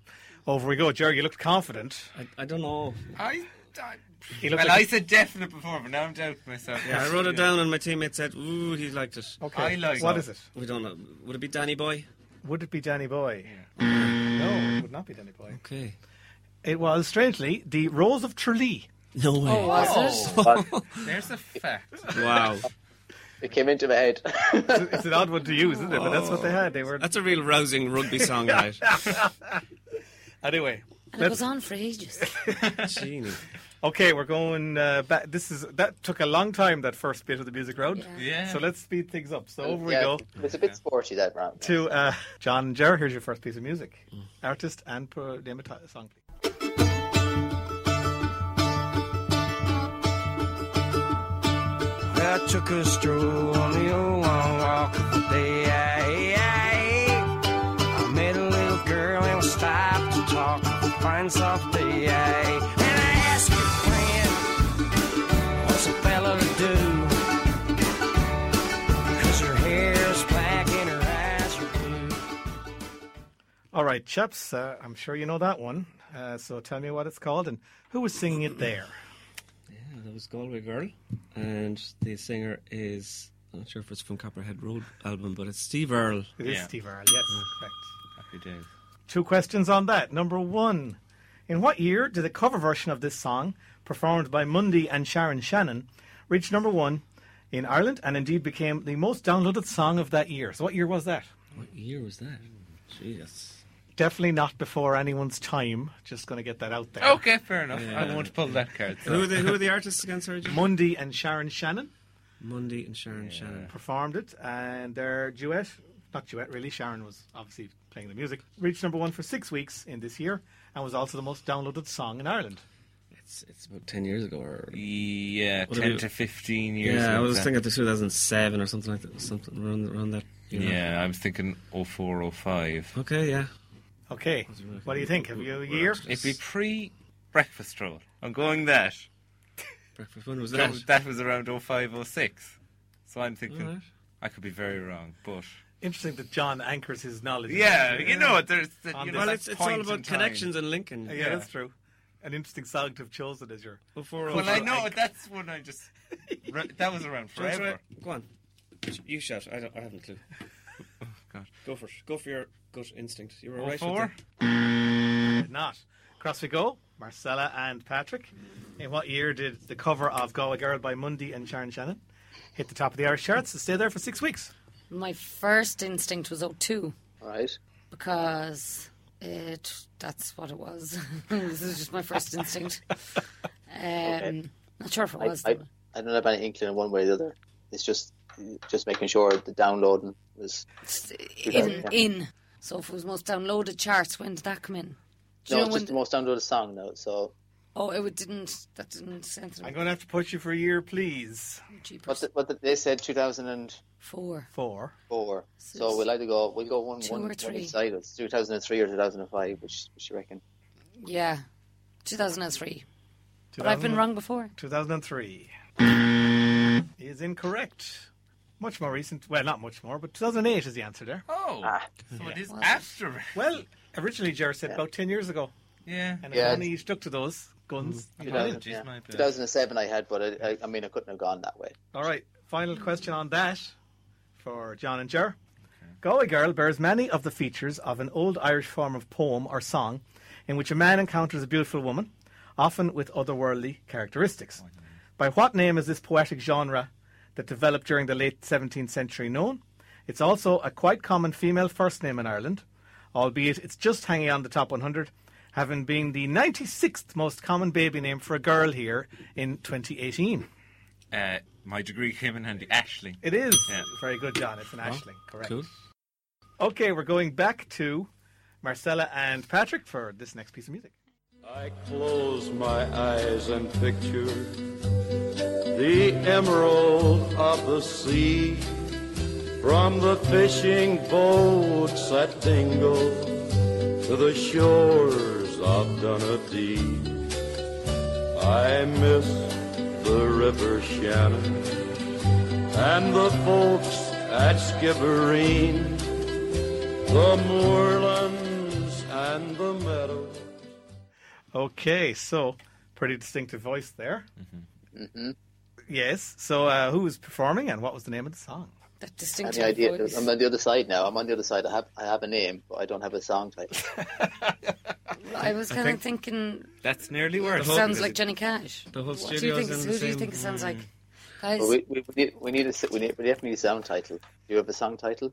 A: Over we go. Jerry, you looked confident.
C: I, I don't know.
B: I, I,
A: He
B: well,
A: looked
B: I
A: like
B: said definite before, but now I'm doubting myself.
C: Yeah, I wrote it down, and my teammate said, "Ooh, he liked it."
A: Okay.
B: I like
A: what
B: it.
A: is it?
C: We don't know. Would it be Danny Boy?
A: Would it be Danny Boy? No, it would not be Danny Boy.
C: Okay.
A: It was, strangely, the Rose of Tralee.
C: No way.
D: Oh, was it?
B: There's a fact.
C: wow.
E: It came into my head.
A: It's an odd one to use, isn't it? But that's what they had. They were
C: That's a real rousing rugby song, right?
A: anyway.
D: And it was on for ages.
C: Genie.
A: Okay, we're going uh, back. This is that took a long time. That first bit of the music round.
D: Yeah.
B: Yeah.
A: So let's speed things up. So over
E: Yeah,
A: we go
E: It's a bit sporty that round.
A: to uh, John and Jer. Here's your first piece of music, artist and pro- name a ti- song. Please.
H: I took a stroll on the old long walk of the day. I met a little girl and we stopped to talk. Fine soft day. And I asked her friend, what's a fella to do? Cause her hair's black and her eyes are blue.
A: All right, chaps. Uh, I'm sure you know that one. Uh, so tell me what it's called and who was singing it there.
C: Yeah, that was Galway Girl, and the singer is. I'm not sure if it's from Copperhead Road album, but it's Steve Earle.
A: It is
B: Yeah.
A: Steve Earle. Yes, correct.
B: Happy days.
A: Two questions on that. Number one, in what year did the cover version of this song, performed by Mundy and Sharon Shannon, reach number one in Ireland and indeed became the most downloaded song of that year? So what year was that?
C: What year was that? Jesus.
A: Definitely not before anyone's time. Just going to get that out there.
B: Okay, fair enough. I won't pull that card.
C: Who are the Who are the artists again? Sorry, Jim?
A: Mundy and Sharon Shannon
C: Mundy and Sharon Shannon.
A: performed it, and their duet, not duet really, Sharon was obviously playing the music, reached number one for six weeks in this year and was also the most downloaded song in Ireland.
C: It's it's about ten years ago, or
B: Yeah,
C: What
B: 10
C: about-
B: to 15 years.
C: yeah, I
B: like
C: was
B: that.
C: thinking of 2007 or something like that, something around, around that
B: Yeah, I was thinking 04, 05.
C: Okay, yeah.
A: Okay. What do you think? Have you a year?
B: It'd be pre breakfast stroll. I'm going that.
C: Breakfast when was
B: That,
C: that?
B: was- that was around 05, 06. So I'm thinking,
C: Alright.
B: I could be very wrong, but.
A: Interesting that John anchors his knowledge.
B: Yeah, you know, there's.
A: On the- Well,
B: you know,
C: Well,
B: that
C: it's, it's
B: point
C: all
B: in
C: about
B: time.
C: connections and linking.
A: Yeah, that's true. An interesting song to have chosen as your.
C: Before
B: Well, I know, that's when I just. re- that was around forever.
C: Go on. You shout. I, don't, I haven't a clue.
B: God.
C: Go for it. Go for your gut instinct. You were right.
B: 04?
A: Did not. Across we go. Marcella and Patrick. In what year did the cover of Go A Girl by Mundy and Sharon Shannon hit the top of the Irish charts and stay there for six weeks?
D: My first instinct was 02
E: Right.
D: because it that's what it was. this is just my first instinct. Um, Not sure if it
E: I,
D: was.
E: I,
D: though.
E: I don't have any inkling one way or the other. It's just just making sure the downloading was.
D: in, in. So if it was most downloaded charts, when did that come in? Do you
E: No, it's
D: know
E: just
D: when?
E: the most downloaded song now. So,
D: Oh, it would- didn't. That didn't sense
A: I'm going to have to push you for a year, please.
E: but the, but the, they said 2004.
D: Four.
A: Four.
E: So we'll either go we'll go one
D: Two
E: one,
D: or
E: one
D: three.
E: each side. It's 2003 or 2005, which which you reckon?
D: Yeah, 2003. But I've been wrong before.
A: 2003 is incorrect. Much more recent. Well, not much more, but 2008 is the answer there.
B: Oh, so it is after.
A: Well, originally Jared said about 10 years ago,
B: Yeah.
A: and
E: Yeah.
A: if only he stuck to those guns. you got it.
E: 2000,
B: Apologies, my bad.
E: 2007 I had, but I, I, I mean I couldn't have gone that way.
A: All right, final question on that for John and Jer. Go a Girl bears many of the features of an old Irish form of poem or song in which a man encounters a beautiful woman, often with otherworldly characteristics. By what name is this poetic genre that developed during the late 17th century known? It's also a quite common female first name in Ireland, albeit it's just hanging on the top 100, having been the 96th most common baby name for a girl here in 2018.
B: Uh, my degree came in handy. Ashley.
A: It is.
B: Yeah.
A: Very good, John. It's an Ashling, correct.
C: Cool.
A: Okay, we're going back to Marcella and Patrick for this next piece of music.
G: I close my eyes and picture the emerald of the sea from the fishing boats at Dingle to the shores of Dunedee. I miss the River Shannon and the folks at Skibbereen, the moorlands and the meadows.
A: Okay, so pretty distinctive voice there. Mm-hmm. Yes. So uh, who was performing and what was the name of the song?
D: That
E: Any
D: distinctive
E: idea?
D: voice.
E: I'm on the other side now. I'm on the other side. I have I have a name, but I don't have a song title.
D: I was kind of thinking
B: That's nearly worse.
D: it sounds like Johnny Cash.
C: The whole
D: What do you
C: studio's
D: think?
C: in
D: Who
C: the
D: do you
C: same-
D: think it sounds like? Guys,
E: But we, we, we need we need a s- we need we definitely need a song title. Do you have a song title?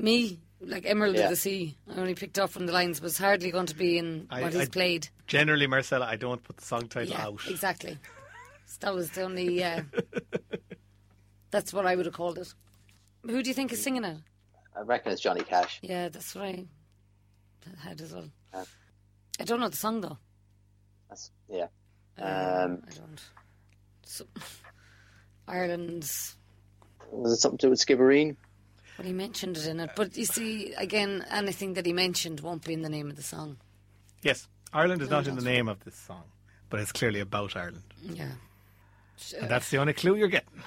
D: me, like Emerald
E: Yeah.
D: of the Sea. I only picked up from the lines. Was hardly going to be in
A: I-
D: what he's
A: I-
D: played.
A: Generally, Marcella, I don't put the song title
D: Yeah,
A: out.
D: exactly. So that was the only. Uh, that's what I would have called it. Who do you think is singing it?
E: I reckon it's Johnny Cash.
D: Yeah, that's what I had as well. I don't know the song though.
E: That's yeah.
D: Um,
E: Um,
D: I don't. So, Ireland's.
E: Was it something to do with Skibbereen?
D: Well, he mentioned it in it, but you see, again, anything that he mentioned won't be in the name of the song.
A: Yes. Ireland is not in the name of this song, but it's clearly about Ireland.
D: Yeah,
A: And that's the only clue you're getting.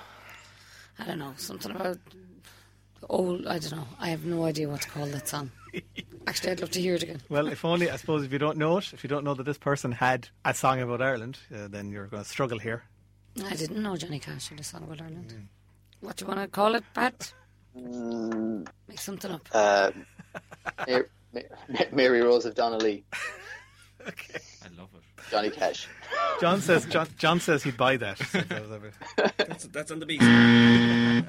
D: I don't know something about old. I don't know. I have no idea what to call that song. Actually, I'd love to hear it again.
A: Well, if only, I suppose, if you don't know it, if you don't know that this person had a song about Ireland, uh, then you're going to struggle here.
D: I didn't know Johnny Cash had a song about Ireland.
A: Mm.
D: What do you want to call it, Pat? Make something up.
E: Uh, Mary, Mary Rose of Donnelly,
B: I love it.
E: Johnny Cash.
A: John says John, John says he'd buy that. So that was a bit-
C: That's, that's on the beat.
A: I'm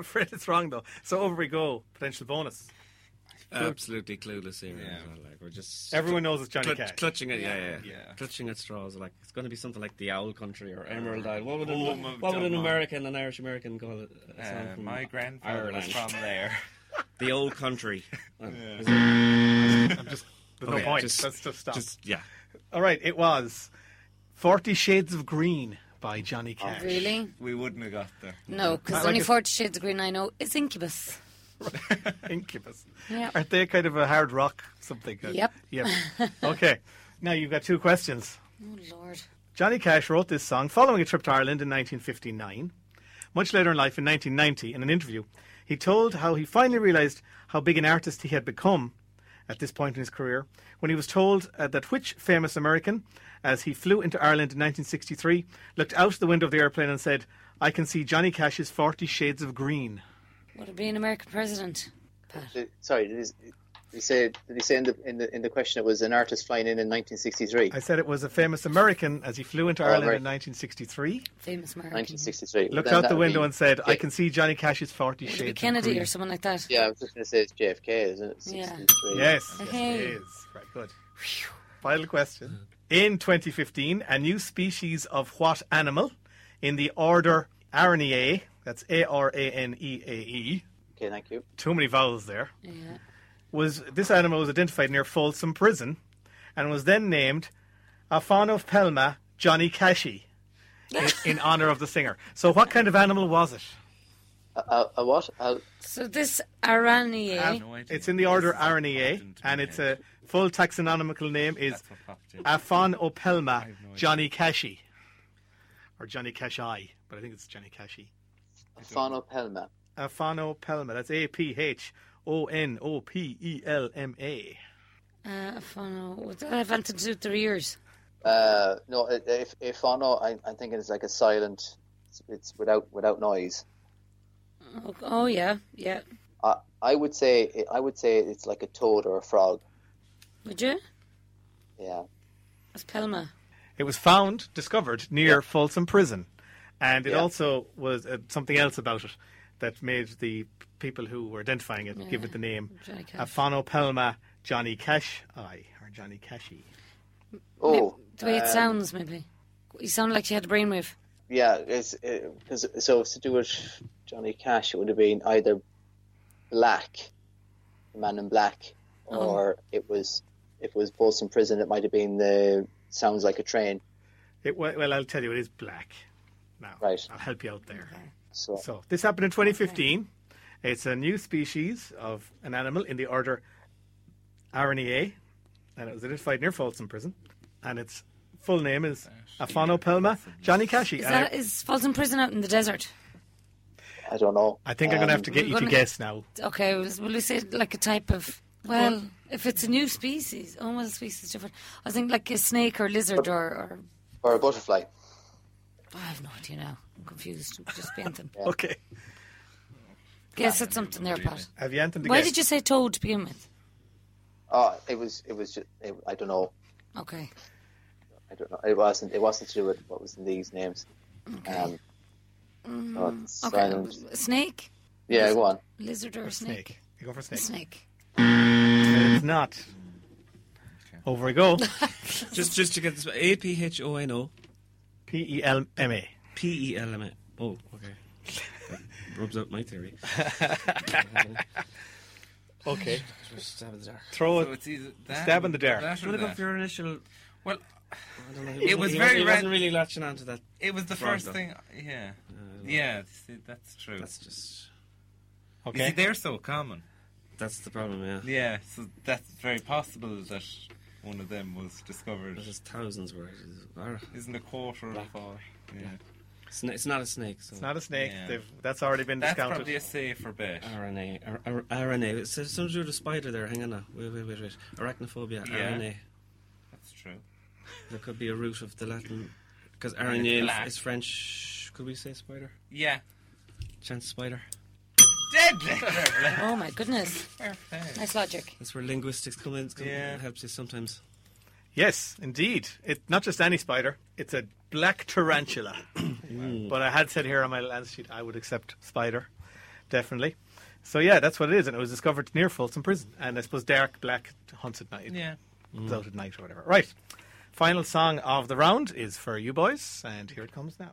A: afraid it's wrong though. So over we go. Potential bonus.
C: Absolutely clueless here.
B: Yeah.
C: as well, Like we're just
A: Everyone knows it's Johnny
C: clut-
A: Cash.
C: clutching at yeah, yeah,
B: Yeah.
C: clutching at straws. Like it's going to be something like the Owl Country or Emerald Isle. What would an,
B: Oh, my
C: what would an
B: God.
C: American, an Irish American, call it? A song
B: Uh,
C: from
B: my grandfather
C: Ireland.
B: was from there.
C: the old country. Is it-
A: I'm just there's
C: Okay,
A: no point.
C: just-
A: Let's just stop.
C: Just yeah.
A: All right, it was Forty Shades of Green by
C: Oh,
A: Johnny Cash.
D: Really?
B: We wouldn't have got there.
D: No, because
A: like
D: only
A: a-
D: Forty Shades of Green I know is Incubus.
A: Incubus.
D: Yeah.
A: Aren't they kind of a hard rock something?
D: Yep.
A: Yep. Okay. now you've got two questions.
D: Oh, Lord.
A: Johnny Cash wrote this song following a trip to Ireland in 1959. Much later in life, in 1990, in an interview, he told how he finally realized how big an artist he had become at this point in his career when he was told uh, that which famous American, as he flew into Ireland in 1963, looked out the window of the airplane and said, I can see Johnny Cash's 40 Shades of Green.
D: Would it be an American president?
E: Did- Sorry, did he, did he say? Did he say in the, in the in the question it was an artist flying in in 1963?
A: I said it was a famous American as he flew
E: Oh,
A: into Ireland in 1963,
D: Famous American.
E: 1963.
A: looked
E: Then
A: out
E: that
A: the
E: would
A: window
E: be
A: and said, I
E: J-
A: can see Johnny Cash's 40
D: Would it be
A: Shades of
D: Kennedy
A: Green.
D: or someone like that?
E: Yeah, I was just going to say it's JFK, isn't it?
D: Yeah.
E: 63.
A: Yes, yes
D: Okay.
A: it is. Right, good. Final question. In 2015, a new species of what animal in the order Araneae, that's E A R A N E A E,
E: Okay, thank you.
A: too many vowels there,
D: Yeah.
A: was this animal was identified near Folsom Prison and was then named Afonopelma Johnny Cashy in, in honor of the singer. So what kind of animal was it?
E: A, a, a what? A,
D: So this eh? Aranier.
B: no idea.
A: It's in the order
B: This is what popped
A: Araneae
B: into my
A: and its E a
B: head.
A: full taxonomical name is
B: That's what popped in.
A: Afonopelma
B: have no idea.
A: Johnny Cashy. Or Johnny Cashai, but I think it's Johnny Cashy.
E: a phonopelma.
A: Afonopelma. That's A P H O N O P E L M A.
D: Uh, Fono. Would that have anything to do with their ears?
E: Uh, no, a, a, a phono. I, I think it's like a silent. It's, it's without without noise.
D: Oh, oh yeah, yeah.
E: I I would say I would say it's like a toad or a frog.
D: Would you?
E: Yeah.
D: It's Pelma.
A: It was found, discovered near Folsom Prison, and it
E: Yeah.
A: also was uh, something else about it that made the people who were identifying it give it the name
D: Johnny Cash.
A: Afonopelma Johnny Cashai or Johnny Cashy.
E: Oh,
D: the way it
A: uh,
E: um,
D: sounds, maybe. You sound like you had a brainwave.
E: Yeah, it's because so to do with Johnny Cash, it would have been either Black, the Man in Black,
A: Oh.
E: or it was if it was Folsom Prison, it might have been the Sounds Like a Train.
A: It, wa- well, I'll tell you, it is black. Now,
E: Right.
A: I'll help you out there.
E: So,
A: So this happened in 2015. It's a new species of an animal in the order Araneae, and it was identified near Folsom Prison. And its full name is Afonopelma Johnny Cashi.
D: Is
A: And
D: that
A: I,
D: is Folsom Prison out in the desert?
E: I don't know. Um,
A: I think I'm going to have to get you to
D: gonna-
A: guess now.
D: Okay, will will you say it like a type of? Well, if it's a new species, oh, well, species is different. I think like a snake or lizard or, or
E: or a butterfly.
D: I have no idea now. I'm confused. I'm Just being them.
A: Okay.
D: Guess it's something there, Pat.
A: Have you anything to
D: Why
A: guess?
D: did you say toad to begin with?
E: Oh, it was it was just it, I don't know.
D: Okay,
E: I don't know. It wasn't it wasn't to do with what was in these names. Um,
A: Mm,
E: so it's
D: okay.
E: silent.
D: Snake,
E: Yeah, go on.
D: lizard, or snake?
A: snake? You go for snake.
D: Snake.
A: It's not. Over we go.
C: Just just to get this A P H O N O
A: P E L M A.
C: P E L M A. Oh, okay. That rubs out my theory.
A: Okay.
C: Stab in the dark.
A: Throw
B: So
A: it.
B: it's either that
A: Stab in the dark.
B: that
C: I'm
B: or
C: gonna go
B: that.
C: for your initial.
B: Well,
C: I don't know. He
B: It
C: wasn't-
B: was very
C: he wasn't, he wasn't
B: red-
C: really latching onto that.
B: it was the
C: Wrong
B: first
C: though.
B: thing. Yeah, yeah, see, that's true.
C: That's just
B: You see,
A: Okay.
B: they're so common.
C: that's the problem. Yeah.
B: Yeah, so that's very possible that one of them was discovered.
C: There's thousands of words. Arr.
B: Isn't a quarter of all? Yeah.
C: It's n- it's not a snake. So.
A: It's not a snake.
B: Yeah.
A: They've, that's already been
B: That's
A: discounted.
B: probably a safer bet.
C: RNA, R- R- RNA. It's as soon as you're the spider there. Hang on now. Wait, wait, wait, wait. Arachnophobia,
B: Yeah.
C: RNA.
B: That's true.
C: There could be a root of the Latin. Because
B: it's
C: RNA
B: black.
C: is, is French. Could we say spider?
B: Yeah.
C: Chance spider.
B: Deadly!
D: Oh my goodness!
B: Perfect.
D: Nice logic.
C: That's where linguistics come in. Come
B: Yeah.
C: It helps you sometimes.
A: Yes, indeed. It's not just any spider, it's a black tarantula. Mm. but I had said here on my land sheet I would accept spider, definitely. So yeah, that's what it is, and it was discovered near Folsom Prison. And I suppose dark black hunts at night,
B: Yeah.
A: it's out at night or whatever. Right. Final song of the round is for you boys, and here it comes now.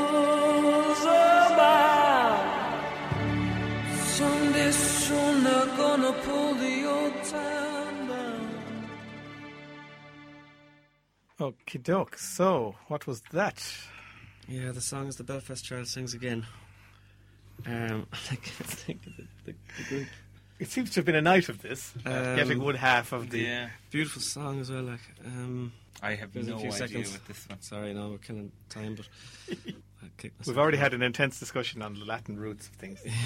H: about. Someday soon they're gonna pull the old town down.
A: Okie doke. So, what was that?
C: Yeah, the song is the Belfast Child Sings Again. Um, I can't think of the, the, the group.
A: It seems to have been a night of this. Uh,
C: Um,
A: Getting one half of the.
B: Yeah.
C: Beautiful song as well. Like, um,
B: I have
C: There's a
B: no
C: few
B: idea
C: seconds.
B: with this one.
C: sorry, no, we're killing time, but I kicked myself.
A: We've already had an intense discussion on the Latin roots of things
B: Yeah.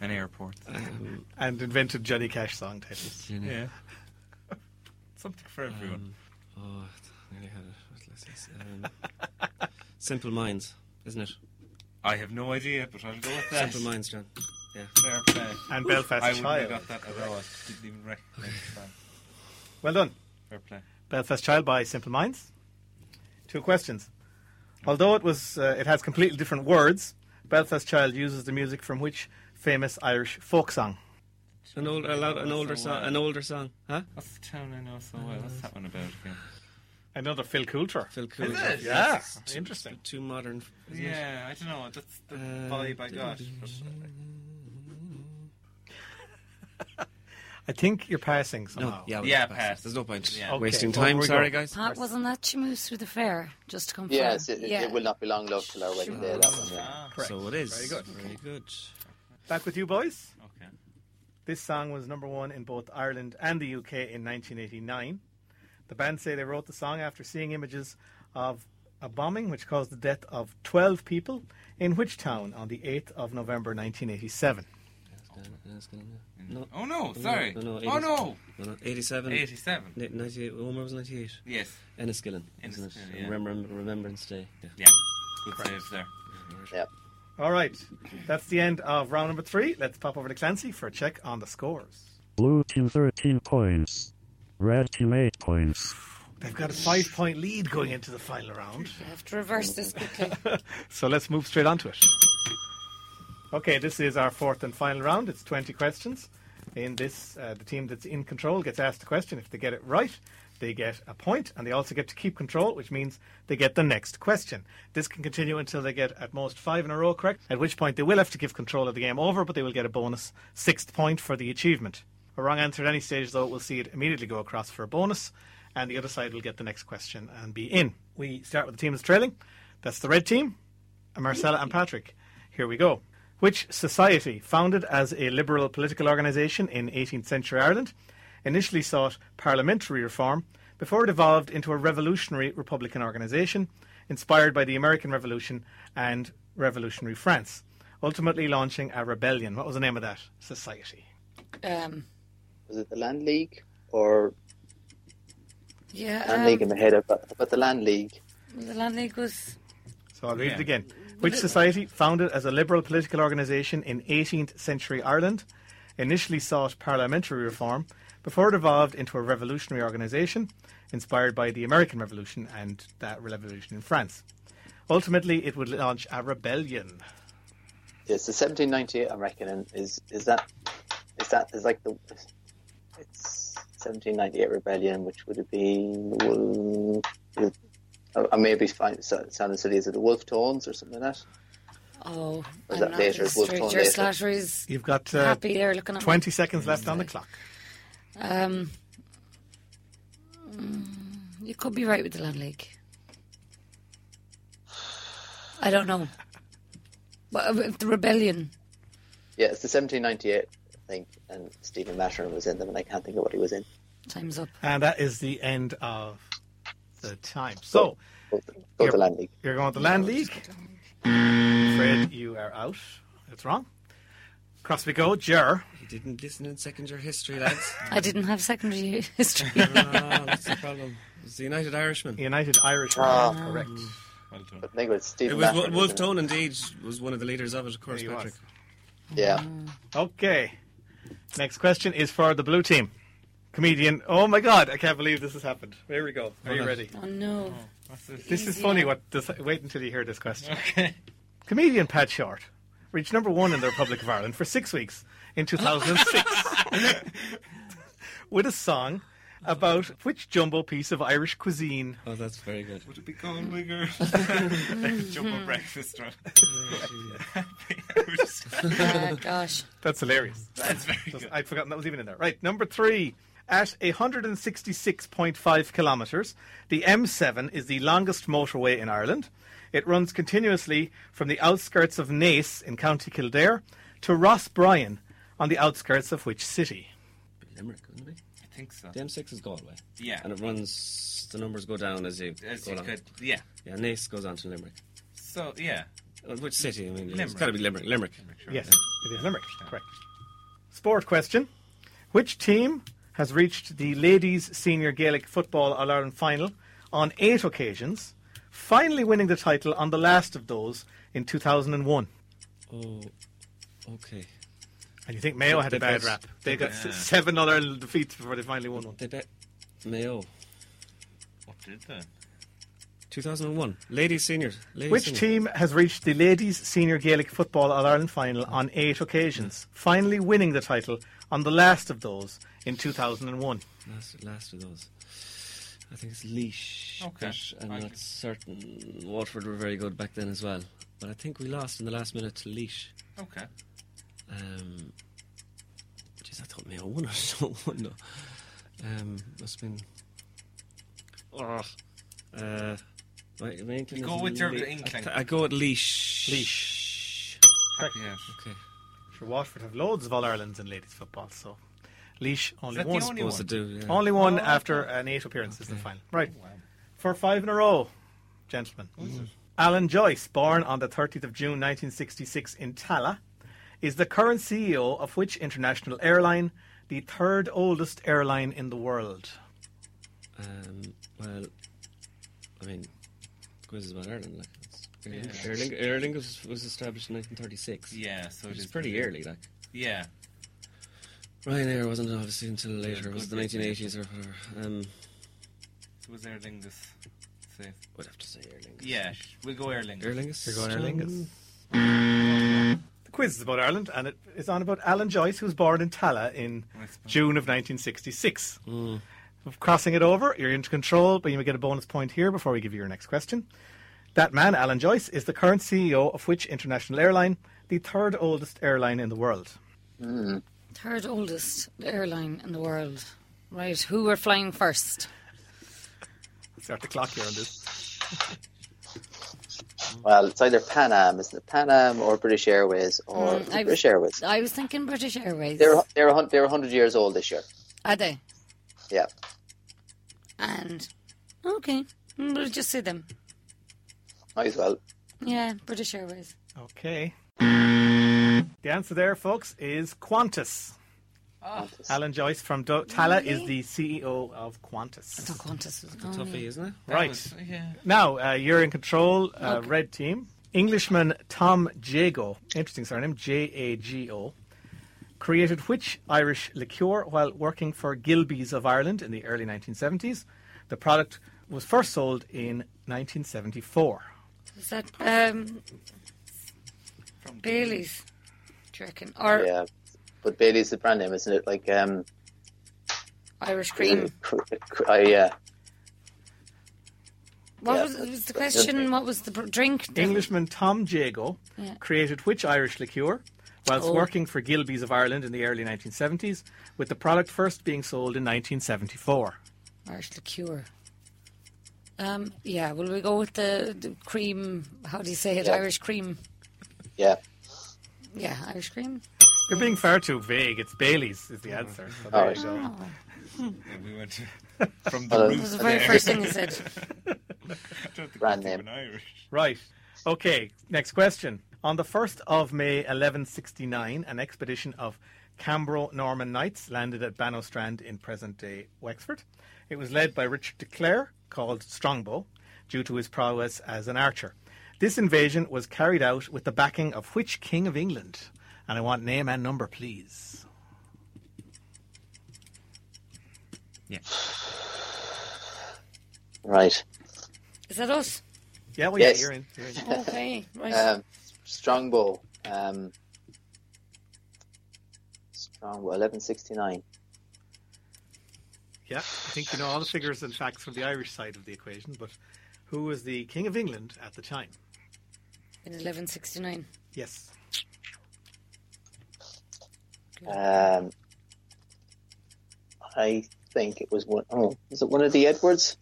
B: An airport.
C: Um,
A: and invented Johnny Cash song titles.
C: you know,
B: Something for everyone.
C: um, oh, I nearly had it. What was this? Um, Simple Minds, isn't it?
B: I have no idea, but I'll go with that.
C: Simple Minds, John. Yeah.
B: Fair play.
A: And Belfast
B: I wouldn't have
A: Child.
B: got that at all. I didn't even recognise the song.
A: Well done.
B: Fair play.
A: Belfast Child by Simple Minds. Two questions. Although it was, uh, it has completely different words. Belfast Child uses the music from which famous Irish folk song?
C: An old, a lot, an older song, an older song, huh?
B: What's the town I know so well? What's that one about again?
A: Another Phil Coulter.
C: Phil Cool.
A: Yeah, interesting.
C: Too modern. Isn't It?
B: Yeah, I don't know. That's the
C: Uh,
B: vibe I got.
A: I think you're passing
C: No.
A: somehow.
C: Yeah. we
B: Oh. Yeah,
C: can
B: pass.
C: There's no point.
B: Yeah.
A: Okay,
C: Wasting
A: well,
C: time.
A: we
C: Sorry,
A: go.
C: guys.
D: Pat, wasn't that she moves through the fair? Just to confirm.
E: Yes, it, it- it will not be long love till our wedding day. That one, yeah.
B: Ah,
A: Correct.
C: So it is.
A: Very good.
C: Very good.
A: Back with you, boys.
B: okay.
A: This song was number one in both Ireland and the UK in 1989. The band say they wrote the song after seeing images of a bombing which caused the death of 12 people in which town on the 8th of November 1987.
C: No.
B: Oh no, sorry.
C: No, no,
B: oh no!
C: No, no, 87.
B: 87.
C: Ni- 98. Homer was 98.
B: Yes.
C: Enniskillen. isn't it?
B: Enniskillen, yeah.
C: Remember, Remembrance Day. Yeah.
B: Yeah. Good saves there.
A: All right, that's the end of round number three. Let's pop over to Clancy for a check on the scores.
F: Blue team 13 points. Red team 8 points.
A: They've got a five point lead going into the final round.
D: I have to reverse this quickly.
A: So let's move straight on to it. Okay, this is our fourth and final round. It's 20 questions. In this, uh, the team that's in control gets asked a question. If they get it right, they get a point, and they also get to keep control, which means they get the next question. This can continue until they get at most five in a row correct, at which point they will have to give control of the game over, but they will get a bonus sixth point for the achievement. A wrong answer at any stage, though, will see it immediately go across for a bonus, and the other side will get the next question and be in. We start with the team that's trailing. That's the red team. Marcella and Patrick. Here we go. Which society, founded as a liberal political organisation in 18th century Ireland, initially sought parliamentary reform before it evolved into a revolutionary republican organisation inspired by the American Revolution and revolutionary France, ultimately launching a rebellion? What was the name of that society?
D: Um,
E: Was it the Land League or Land
D: yeah,
E: League in
D: um,
E: the head? But, but the Land League.
D: the Land League was
A: So I'll read it again. Which society, founded as a liberal political organisation in 18th century Ireland, initially sought parliamentary reform before it evolved into a revolutionary organisation inspired by the American Revolution and that revolution in France? Ultimately, it would launch a rebellion.
E: Yes, the 1798. I reckon and is is that is that is like the it's 1798 rebellion, which would have been the Wolf- the- I I may be fine, so- sounding silly. Is it the Wolf Tones or something like that?
D: Oh,
E: Or is
D: I'm
E: that
D: not
E: later?
D: in
E: It was
D: history.
E: done
D: Your
E: later.
D: slattery's
A: You've got uh,
D: happy there looking at
A: 20 seconds left on the clock.
D: me. Um, mm, you could be right with the Land League. I don't know. But uh, with the rebellion.
E: Yeah, it's the 1798. I think, and Stephen Maturin was in them, and I can't think of what he was in.
D: Time's up.
A: And that is the end of the time. So,
E: Go, go
A: Yep.
E: to Land League.
A: You're going with the Land League. Fred, you are out. That's wrong. Across we go. Jer.
C: You didn't listen in second year history, lads.
D: I didn't have secondary history.
C: oh, that's the problem. It's the United Irishman.
A: United Irish.
E: Ah.
A: Correct.
B: Well done.
E: I think it was
C: It
E: Stephen
C: was
E: Maturin,
C: Wo- Wolf
E: wasn't it?
C: Tone, indeed, was one of the leaders of it, of course,
A: He was.
C: Patrick.
E: Yeah.
D: Mm.
A: Okay. Next question is for the blue team. Comedian. Oh my God! I can't believe this has happened. Here we go. Are you ready?
D: Oh no.
B: What's
A: This is funny. What? This, wait until you hear this question.
B: Okay.
A: Comedian Pat Short reached number one in the Republic of Ireland for six weeks in 2006. with a song about which jumbo piece of Irish cuisine
C: Oh, that's very good.
B: Would it be called Wigger? Jumbo breakfast run.
C: Oh,
D: Uh, gosh.
A: That's hilarious.
B: That's very
A: Just-
B: good.
A: I'd forgotten that was even in there. Right, number three. At 166.5 kilometres, the M7 is the longest motorway in Ireland. It runs continuously from the outskirts of Naas in County Kildare to Ross Bryan, on the outskirts of which city?
C: Limerick, wouldn't it be?
B: I think so.
C: The M6 is Galway.
B: Yeah.
C: And it runs, the numbers go down as you
B: As
C: go
B: you
C: along.
B: could, yeah.
C: Yeah, Nace goes on to Limerick.
B: So yeah.
C: Uh, Which city? I mean, it's
B: Limerick.
C: got to be Limerick. Limerick.
A: Yes, it is Limerick. Correct. Sport question. Which team has reached the ladies' senior Gaelic football All Ireland final on eight occasions, finally winning the title on the last of those in 2001?
C: Oh, okay.
A: And you think Mayo had a
C: They
A: bad
C: got-
A: rap? They got s seven All Ireland defeats before they finally won one.
C: They bet Mayo.
B: What did they?
C: 2001. Ladies seniors. Ladies
A: Which
C: seniors.
A: team has reached the ladies' senior Gaelic football All Ireland final on eight occasions, finally winning the title on the last of those in 2001?
C: Last, last of those. I think it's Leash.
B: Okay.
C: but I'm
B: I
C: not
B: can-
C: certain. Waterford were very good back then as well. But I think we lost in the last minute to Leash.
B: Okay.
C: Um, geez, I thought Mayo won or someone. No. Um, must have been. Oh, uh, my, my inkling
B: You
C: is
B: go with your
C: Lea- I,
B: inkling.
C: th- I go with leash.
A: Leash.
B: Yeah.
C: Okay.
A: Sure, Watford have loads of All Irelands in ladies football, so Leash only
B: that the
A: one.
B: only
C: Supposed
B: one?
C: to do. Yeah.
A: Only one after an eight appearances in the final. Right. For five in a row, gentlemen. Alan Joyce, born on the 30th of June 1966 in Tala, is the current CEO of which international airline, the third oldest airline in the world?
C: Um, well, I mean, quiz is about Ireland. Like, it's- Aer Lingus- Aer Lingus was established in 1936.
B: Yeah. So
C: which
B: it
C: is
B: is
C: pretty early. Like
B: Yeah.
C: Ryanair wasn't obviously until later. it was
B: good
C: the
B: bit
C: 1980s or whatever. Um,
B: So was Aer Lingus safe?
C: would have to say Aer Lingus.
B: Yeah. We'll go Aer Lingus.
C: Aer Lingus.
A: You're going Aer Lingus.
C: John?
A: The quiz is about Ireland, and it is on about Alan Joyce, who was born in Tala in June of 1966. Of Crossing it over, you're into control, but you may get a bonus point here before we give you your next question. That man, Alan Joyce, is the current CEO of which international airline, the third oldest airline in the world?
D: Third oldest airline in the world. Right, who were flying first?
A: Start the clock here on this.
E: Well, it's either Pan Am, isn't it? Pan Am or British Airways or
D: Mm, I-
E: British Airways.
D: I was thinking British Airways.
E: They're they're a hun- they're hundred years old this year.
D: Are they?
E: Yeah,
D: And okay, Mm, we'll just see them.
E: might as well.
D: Yeah, British Airways.
A: Okay. The answer there, folks, is Qantas.
D: Oh.
A: Alan Joyce from Do- Tala is the CEO of
D: So
A: Qantas.
D: Qantas was gone.
C: Toffee, isn't it?
B: That
A: Right.
B: was- yeah.
A: Now, uh, you're in control, uh,
D: Okay.
A: red team. Englishman Tom Jago, interesting surname, J A G O, created which Irish liqueur while working for Gilby's of Ireland in the early 1970s? The product was first sold in 1974.
D: Is that um,
B: From
D: Bailey's? Do you reckon? Or
E: Yeah, but Bailey's the brand name, isn't it? Like um,
D: Irish cream?
E: cr- cr- I, yeah,
D: What
E: Yeah, Mm.
D: was,
E: that's-
D: was the
E: that's
D: question?
E: interesting.
D: What was the br- drink?
A: Englishman Tom Jago
D: Yeah.
A: created which Irish liqueur whilst
D: Oh.
A: working for Gilby's of Ireland in the early 1970s, with the product first being sold in 1974.
D: Irish liqueur. Um, yeah, will we go with the, the cream? How do you say it?
E: Yeah.
D: Irish cream.
E: yeah.
D: Yeah, Irish cream.
A: You're being far too vague. It's Bailey's is the
D: Mm-hmm.
A: answer. So there
E: Oh,
A: you go.
B: Yeah, we went to- from
E: Well,
B: the
D: That was
B: roof
D: the very
B: there.
D: first thing I said.
B: I don't think
E: Brand
B: it's
E: name.
B: even Irish.
A: Right. Okay, next question. On the 1st of May 1169, an expedition of Cambro Norman Knights landed at Bannostrand in present day Wexford. It was led by Richard de Clare, called Strongbow, due to his prowess as an archer. This invasion was carried out with the backing of which King of England? And I want name and number, please.
B: Yeah.
E: Right.
D: Is that us? Uh,
A: Yeah, well,
E: Yes.
A: yeah, you're in. You're in.
E: Oh,
D: Okay, right.
E: Um, Strongbow. Um, Wrong, well, 1169.
A: Yeah, I think you know all the figures and facts from the Irish side of the equation, but who was the King of England at the time?
D: in 1169.
A: Yes.
E: Um, I think it was one oh is it one of the Edwards?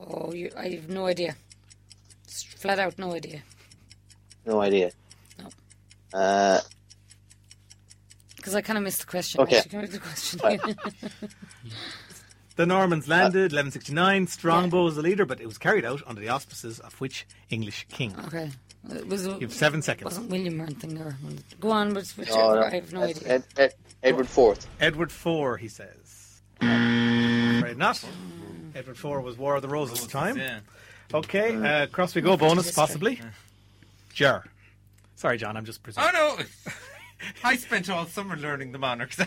D: Oh, you, I have no idea. Just flat out no idea.
E: No idea.
D: No.
E: Uh,
D: Because I kind of missed the question.
E: Okay.
D: Actually, can we do the question?
A: The Normans landed 1169. Strongbow was the leader, but it was carried out under the auspices of which English king?
D: okay. It was,
A: You have seven seconds.
D: wasn't William or anything or Go on, but whichever.
E: oh, no, no,
D: I have no
E: that's
D: idea.
E: Ed, Ed, Edward Fourth.
A: Edward IV, he says. Right, not. Edward IV was War of the Roses at the time.
B: Yeah.
A: Okay, uh, cross we go bonus,
D: History.
A: possibly. Sure. Sorry, John, I'm just presuming.
B: Oh no! I spent all summer learning the monarchs.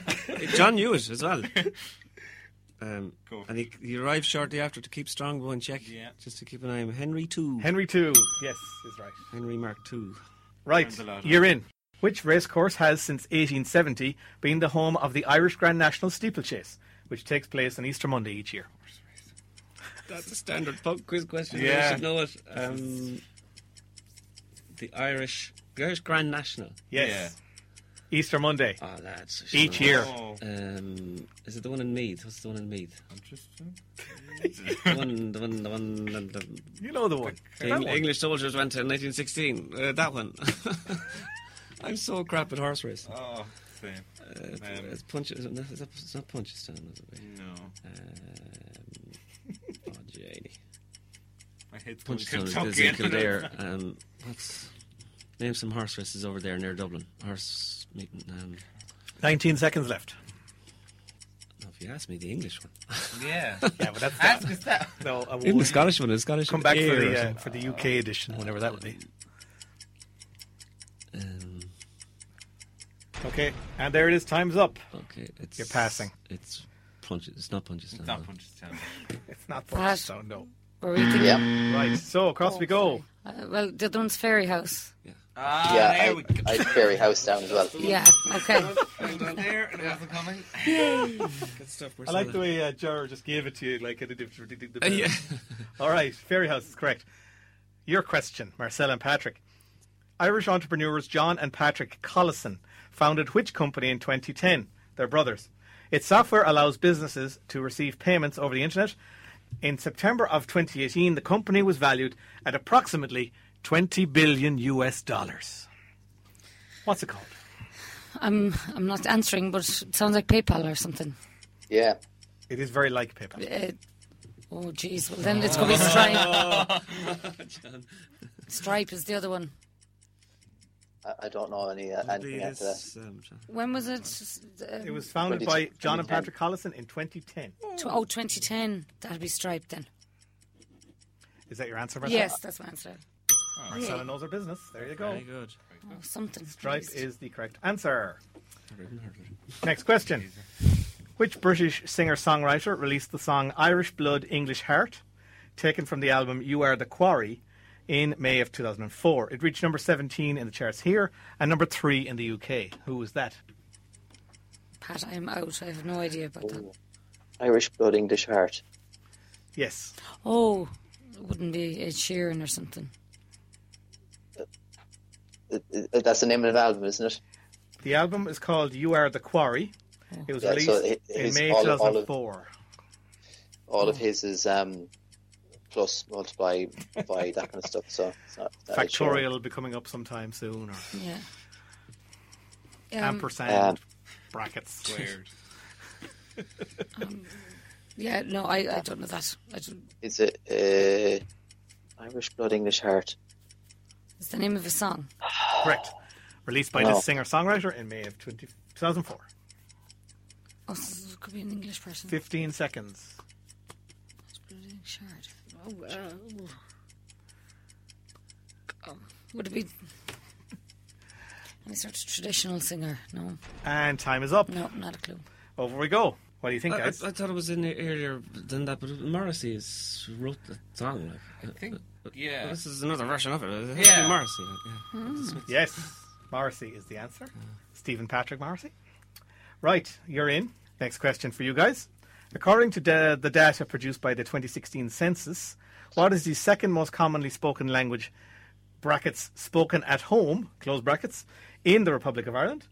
C: John knew it as well. Um,
B: Go.
C: and he, he arrived shortly after to keep Strongbow in check.
B: Yeah.
C: Just to keep an eye on him. Henry II.
A: Henry II, yes, is right.
C: Henry Mark II.
A: Right,
B: Learned a lot,
A: you're in. Which racecourse has, since 1870, been the home of the Irish Grand National Steeplechase, which takes place on Easter Monday each year?
C: That's a standard pub quiz question.
B: Yeah.
C: You should know it. Um, the Irish, the Irish Grand National.
A: Yes. Easter Monday.
C: Oh, lads. I should
A: Each
C: know
A: year.
B: Oh,
C: that. Um, is it the one in Meath? What's the one in Meath?
B: interesting.
C: The one, the one, the one, the, the
A: You know the one.
C: Eng- English soldiers went to in 1916. Uh, that one. I'm so crap at horse racing.
B: Oh, same.
C: Uh, it's,
B: Um,
C: it's punch. It's not, it's not Punchestown, is it?
B: No,
C: Um, oh, Janie.
B: my head's going
C: Punchestown is- is
B: Kentucky.
C: in Kildare. Um, what's name some horse races over there near Dublin? Horse meeting. Um,
A: 19 seconds left.
C: no, if you ask me, the English one.
B: Yeah.
A: Yeah, but that's
B: Ask us that.
A: no, I
C: Even the
A: won't.
C: Scottish one. The Scottish.
A: Come back for
C: Air or
A: the, uh,
C: something.
A: for the UK edition, whenever that would be.
C: Um,
A: Okay, and there it is. Time's up.
C: okay, it's
A: You're passing.
C: It's punch. It's not Punchestown.
B: It's not
C: no.
B: Punchestown.
A: It's not
D: What?
A: sound, no.
D: Were we thinking?
E: Yeah,
A: Right, so across we go.
D: Uh, well, the other one's Fairy House.
B: Ah,
E: yeah.
B: there we
E: I, I ferry house down as well.
D: Yeah, okay.
B: go. There, and it wasn't coming.
C: Good stuff.
A: I like the way uh, Jar just gave it to you, like at a different.
C: yeah.
A: All right, Fairy House is correct. Your question, Marcel and Patrick. Irish entrepreneurs John and Patrick Collison founded which company in 2010? They're brothers. Its software allows businesses to receive payments over the internet. In September of 2018, the company was valued at approximately 20 billion US dollars. What's it called?
D: I'm I'm not answering, but it sounds like PayPal or something.
E: Yeah,
A: It is very like PayPal.
D: Uh, oh, jeez. Well, then it's going to be Stripe. Stripe is the other one.
E: I, I don't know any uh, anything after that.
C: This, um,
D: When was it? Um,
A: It was founded by John and Patrick Collison in 2010.
D: tw- oh, 2010. That'd be Stripe then.
A: Is that your answer, Marcel?
D: Yes, that's my answer.
A: Marcella knows her business. There you go.
C: very good.
D: Oh, something.
A: Stripe is the correct answer.
C: Never even heard of it.
A: Next question. Which British singer songwriter released the song Irish Blood, English Heart, taken from the album You Are the Quarry in May of 2004? It reached number 17 in the charts here and number 3 in the UK. Who was that?
D: Pat, I'm out. I have no idea about that.
A: Oh.
E: Irish blood, English heart.
A: Yes.
D: Oh, it wouldn't be Ed Sheeran or something.
E: Uh, uh, That's the name of the album, isn't it?
A: The album is called You Are the Quarry. It was
E: Yeah,
A: released
E: so it-
A: in
E: it's
A: May
E: all- all of-
A: 2004.
E: All
B: Mm.
E: of his is um, plus, multiply, by that kind of stuff. So it's not, not Ed Sheeran.
A: Factorial will be coming up sometime soon or
D: Yeah. Um,
A: ampersand
E: Um,
A: brackets squared.
B: Weird.
D: yeah, no, I, I don't know that. I don't,
E: Is it uh, Irish blood, English heart?
D: it's the name of a song.
A: Correct. Released by
E: No.
A: this singer songwriter in May of 20, 2004.
D: Oh, so it could be an English person.
A: 15 seconds.
D: Bloody shard. Oh, well. Um, would it be any sort of traditional singer? No,
A: And time is up.
D: no, not a clue.
A: Over we go. What do you think,
C: I, I,
A: guys?
C: I thought it was in there earlier than that, but Morrissey is, wrote the song. Like, uh,
B: I think, yeah.
C: This is another version of it. It has to
B: Yeah.
C: be Morrissey. Like, yeah.
A: yes. Morrissey is the answer. Stephen Patrick Morrissey. Right, you're in. Next question for you guys. According to da- the data produced by the 2016 census, what is the second most commonly spoken language, brackets, spoken at home, close brackets, in the Republic of Ireland?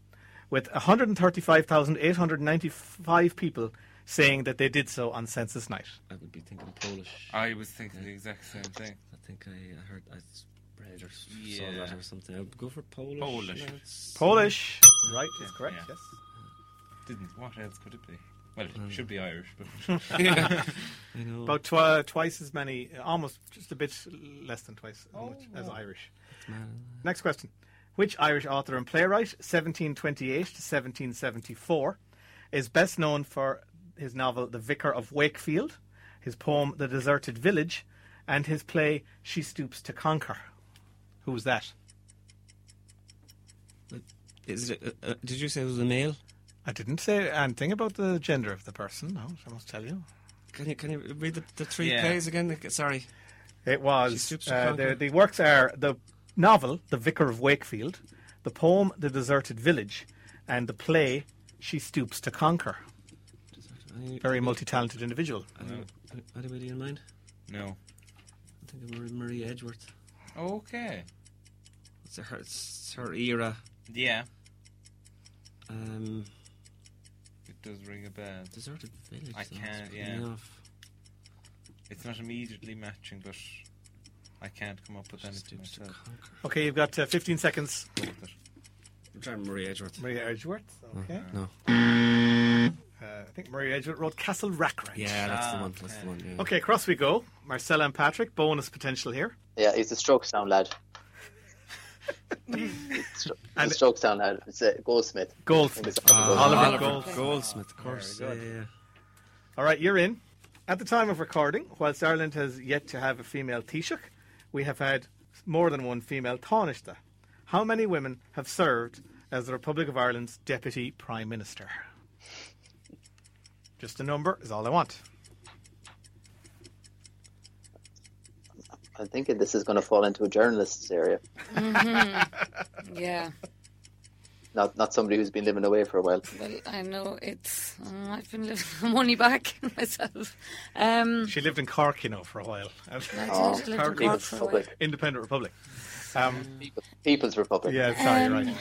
A: With 135,895 people saying that they did so on census night.
C: I would be thinking Polish.
B: I was thinking the exact same thing.
C: I think I uh, heard I s- read or s-
B: Yeah.
C: saw that or something. I'd go for Polish.
B: Polish.
C: lads.
A: Polish, right, is correct,
B: Hmm. Yeah.
A: yes.
B: Didn't. What else could it be? Well, it should be Irish, but
C: I know.
A: About twi- twice as many, almost just a bit less than twice as much as Irish. Next question. Which Irish author and playwright, 1728 to 1774, is best known for his novel The Vicar of Wakefield, his poem The Deserted Village, and his play She Stoops to Conquer? Who was that?
C: Is it, uh, uh, did you say it was a male?
A: I didn't say anything about the gender of the person, no, I must tell you.
C: Can you can you read the, the three
B: Yeah.
C: plays again? Like, Sorry.
A: It
C: She
A: was.
C: Stoops to
A: Uh,
C: Conquer.
A: the, the works are the novel, The Vicar of Wakefield, the poem, The Deserted Village, and the play, She Stoops to Conquer.
C: Any,
A: Very multi talented individual.
C: any- anybody in mind?
B: no.
C: I think of Marie- Marie Edgeworth.
B: Okay.
C: It's her, it's her era.
B: Yeah.
C: Um,
B: It does ring a bell.
C: deserted village.
B: I
C: though,
B: can't,
C: it's
B: yeah.
C: enough.
B: It's not immediately matching, but I can't come up with anything
C: Stoops to
B: myself.
C: conquer.
A: Okay, you've got uh, 15 seconds.
B: Go with it.
C: I'm trying Marie Edgeworth.
A: Maria Edgeworth. Okay.
C: No.
A: Uh, I think Maria Edgeworth wrote Castle Rackrent.
C: Yeah, that's the
B: Ah,
C: one. That's the one. Yeah.
A: Okay, across we go. Marcella and Patrick, bonus potential here.
E: Yeah, he's a strokes down lad. he's a
A: And-
E: strokes down lad. It's a goldsmith.
A: Goldsmith. Oliver Goldsmith.
C: Goldsmith, of course. Yeah, yeah, yeah.
A: All right, you're in. At the time of recording, whilst Ireland has yet to have a female Taoiseach, we have had more than one female Taoiseach. How many women have served as the Republic of Ireland's Deputy Prime Minister? Just a number is all I want.
E: I'm thinking this is going to fall into a journalist's area,
D: Yeah,
E: not not somebody who's been living away for a while.
D: well, I know it's. Um, I've been living money back myself. Um,
A: She lived in Cork, you know, for a while.
D: I did live in
A: Cork.
D: Cork
E: People's
D: for a while.
E: Republic.
A: Independent Republic. Um,
E: People's Republic.
A: yeah, sorry,
D: Um,
A: right.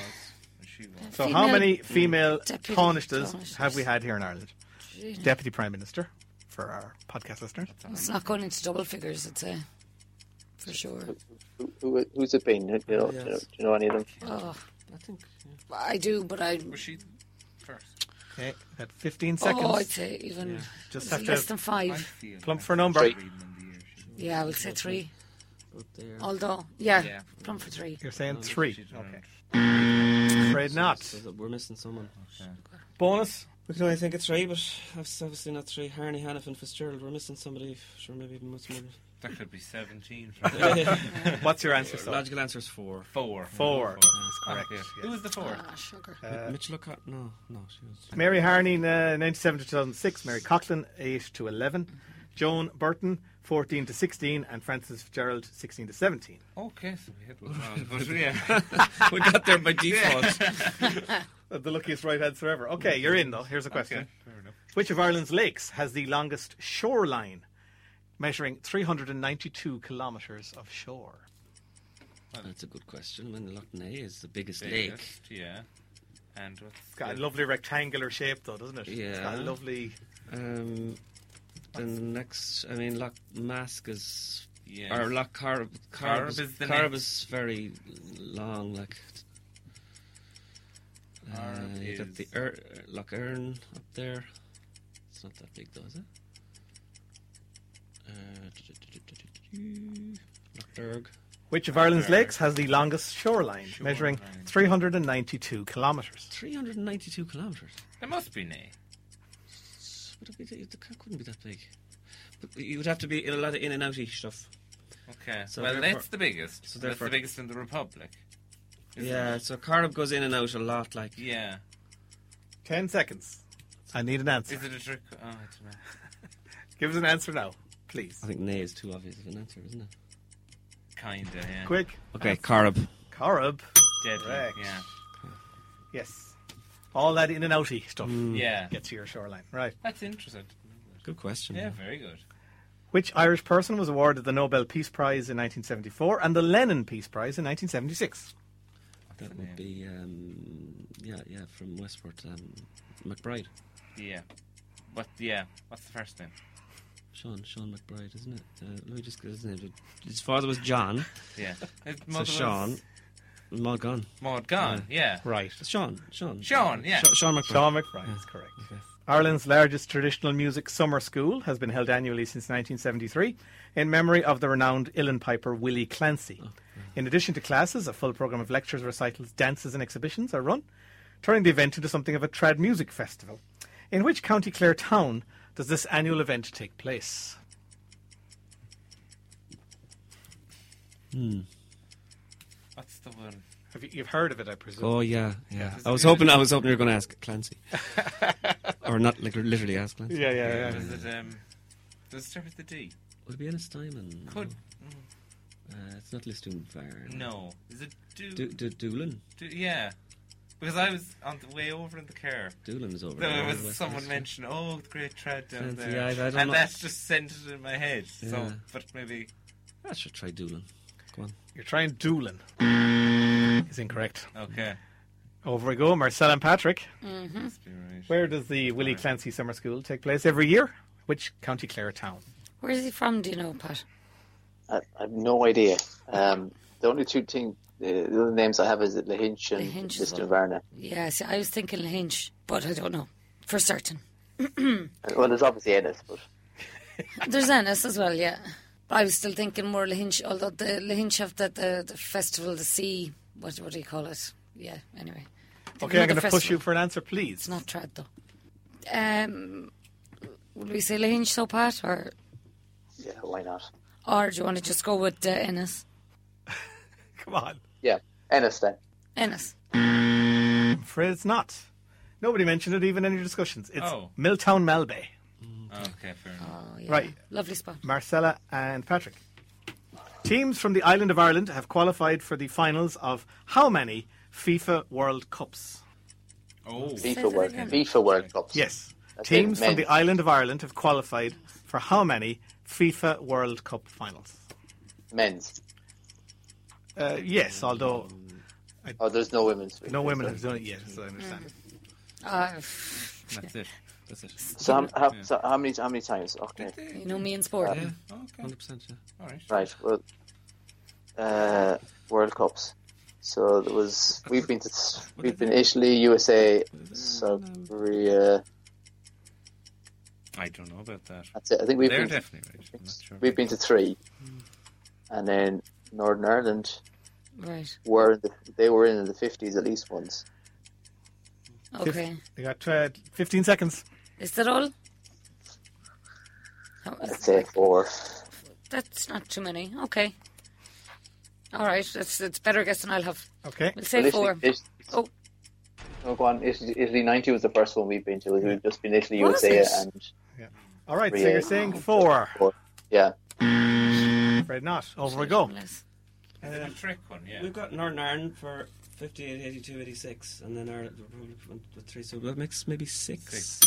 B: She was.
A: So, how
D: female
A: many female
D: deputy
A: Taoiseachs
D: Taoiseachs.
A: have we had here in Ireland?
D: Gee,
A: Deputy Prime Minister, for our podcast listeners.
D: It's not going into double figures, I'd say, for sure.
E: Who, who, who's it been? You know, do, you know, do you know any of them?
D: Oh,
C: I think. Yeah.
D: I do, but I.
B: Was she first?
A: Okay, at 15 seconds.
D: Oh, I'd say even
A: Just have
D: less
A: to
D: than
B: I
D: five.
B: feel
A: plump
B: that
A: for a number.
E: Three.
B: reading in the year she was.
D: Yeah, I would say three.
C: Up uh, there.
D: Although, yeah,
B: Yeah.
D: plum for three.
A: You're saying three.
B: She's around.
A: Afraid not.
C: So that we're missing someone.
A: Bonus.
C: We can only think of three, but it's obviously not three. Harney, Hannifin, Fitzgerald. We're missing somebody. Sure, maybe even much more.
B: That could be 17.
A: What's your answer, sir?
C: Logical answer is four.
B: Four.
A: Four.
B: Ah,
A: correct,
B: yes.
A: yes.
B: Who was the four?
D: Ah, sugar.
C: Uh, Mitchell O'Connor. No, no, she was.
A: Mary Harney, uh, 97 to 2006. Mary Coughlin, 8 to 11. Joan Burton, 14 to 16. And Francis Fitzgerald, 16 to 17.
B: Okay, so we had one. wrong, but yeah.
C: we got there by default.
A: Uh, The luckiest right answer ever. Okay, you're in, though. Here's a question.
B: Okay, fair enough.
A: Which of Ireland's lakes has the longest shoreline, measuring 392 kilometres of shore?
C: That's a good question. I mean, Loch Ney is the biggest lake.
B: Biggest, Yeah. And what's
A: It's got a
B: the-
A: lovely rectangular shape, though, doesn't it? It's got a
C: Yeah.
A: lovely.
C: Um, then the next, I mean, Loch Mask is.
B: Yes.
C: Or Loch Carib.
B: Carib
C: Carib is,
B: is the
C: Carib
B: next.
C: is very long, like. Uh,
B: Carib
C: you got the
B: is-
C: er, Loch Erne up there. It's not that big, though, is it? Uh, Loch Derg.
A: Which of Ireland's lakes has the longest shoreline, measuring 392 kilometres?
C: 392 kilometres.
B: There must be Nay.
C: Would it, be, that- it couldn't be that big. But you would have to be in a lot of in and outy stuff.
B: Okay.
C: So
B: well,
C: therefore-
B: that's the biggest.
C: so
B: that's
C: therefore-
B: the biggest in the Republic. isn't
C: Yeah,
B: it?
C: so Carib goes in and out a lot, like.
B: Yeah.
A: Ten seconds. I need an answer.
B: Is it a trick? Oh, I don't know.
A: Give us an answer now, please.
C: I think nay is too obvious of an answer, isn't it?
B: Kinda, yeah.
A: Quick.
C: Okay, Carib.
A: Corrib.
B: Deadly,
A: Correct.
B: yeah.
A: Yes. All that in and outy stuff
B: Yeah.
A: gets to your shoreline. Right.
B: That's interesting.
C: Good question.
B: Yeah, very good.
A: Which Irish person was awarded the Nobel Peace Prize in 1974 and the Lenin Peace Prize in 1976?
C: That would be, um, yeah, yeah, from Westport, um, McBride.
B: Yeah. But yeah, what's the first name?
C: Sean, Sean McBride, isn't it? Uh, let me just get his name. His father was John,
B: Yeah. His
C: so
B: mother
C: Sean. Maud gone.
B: Maud Gone, yeah.
A: Right.
C: Sean, Sean.
B: Sean, yeah.
C: Sha- Sean McBride.
A: Sean McBride is correct. Ireland's largest traditional music summer school has been held annually since 1973 in memory of the renowned Illan piper Willie Clancy. In addition to classes, a full programme of lectures, recitals, dances, and exhibitions are run, turning the event into something of a trad music festival. In which County Clare town does this annual event take place?
B: What's the one?
A: Have you, you've heard of it, I presume.
C: Oh yeah, yeah. I was hoping I was hoping you were going to ask Clancy, or not like literally ask Clancy.
A: Yeah, yeah, yeah.
B: Does it um does it start with the D?
C: Would it be Ennis Diamond?
B: Could
C: Uh, it's not Listoon Fair.
B: no. Is it do,
C: Do- do- Doolin.
B: do- yeah. Because I was on the way over in the car.
C: Doolin is over.
B: There
C: there,
B: was
C: West
B: someone
C: Westminster.
B: mentioned, oh, the great trad down
C: Fancy,
B: there,
C: I- I don't
B: and
C: know.
B: that just sent it in my head. So,
C: Yeah.
B: but maybe
C: I should try Doolin. Go on.
A: You're trying Doolin. Is incorrect.
B: okay,
A: Over we go, Marcel and Patrick.
B: must be right.
A: Where does the Willie Clancy Summer School take place every year? Which County Clare town?
D: Where is he from? Do you know, Pat?
E: I, I have no idea. Um, the only two thing, the, the other names I have is Lahinch and
D: Lahinch as
E: Liston
D: well.
E: Varna.
D: Yeah, see, I was thinking Hinch, but I don't know for certain.
E: Well, there's obviously Ennis, but
D: There's Ennis as well, yeah. But I was still thinking more Lahinch, although the Lahinch have the, the, the festival, the sea, what, what do you call it? Yeah, anyway.
A: Okay, I'm going to
D: Another
A: push you
D: festival.
A: for an answer, please.
D: It's not trad though. Um, would we say Lahinch so Pat, or,
E: yeah, why not?
D: or do you want to just go with uh, Ennis?
A: Come on.
E: Yeah, Ennis then.
D: Ennis.
A: I'm afraid it's not. Nobody mentioned it even in your discussions. It's
B: Oh.
A: Milltown Malbay.
B: Okay, fair enough.
D: Oh, yeah.
A: Right.
D: Lovely spot.
A: Marcella and Patrick. Teams from the island of Ireland have qualified for the finals of how many FIFA World Cups?
B: Oh,
D: that
E: FIFA World,
D: again.
E: FIFA World Cups.
A: Yes.
E: That's
A: Teams
E: it,
A: from the
E: men.
A: island of Ireland have qualified for how many FIFA World Cup finals?
E: men's.
A: Uh, yes, although
E: Oh, there's no women's.
A: no women have done it yet, as I understand.
D: Uh,
B: that's it. That's it.
E: So how, how, so how many how many times? Okay,
D: you know me in sport.
C: Yeah,
B: Okay,
C: hundred percent. Yeah.
B: all right.
E: right. Well, uh, World Cups. So there was we've been to we've been Italy, USA, South Korea.
B: I don't know about that.
E: That's it. I think we've
B: They're
E: been
B: definitely right. I'm not sure.
E: we've been to three, and then Northern Ireland
D: Right.
E: were in the, they were in the fifties at least once.
D: Okay.
A: You got uh, 15 seconds.
D: Is that all? How-
E: I'd say four.
D: That's not too many. Okay. All right. That's it's better guess than I'll have.
A: Okay.
D: We'll
E: Well,
D: say
E: Italy-
D: four.
E: It-
D: Oh.
E: No, Oh, go on. Italy, Italy ninety was the first one we've been to. We've just been Italy,
D: Was
E: USA,
D: it?
E: and
A: All right, so
E: Korea.
A: you're saying four.
E: four. Yeah.
A: Afraid not. Over we go.
D: Less.
B: And then a trick one, yeah.
C: We've got Northern Ireland for 58, 82, 86, and then Ireland with three. So that makes maybe six.
B: Six.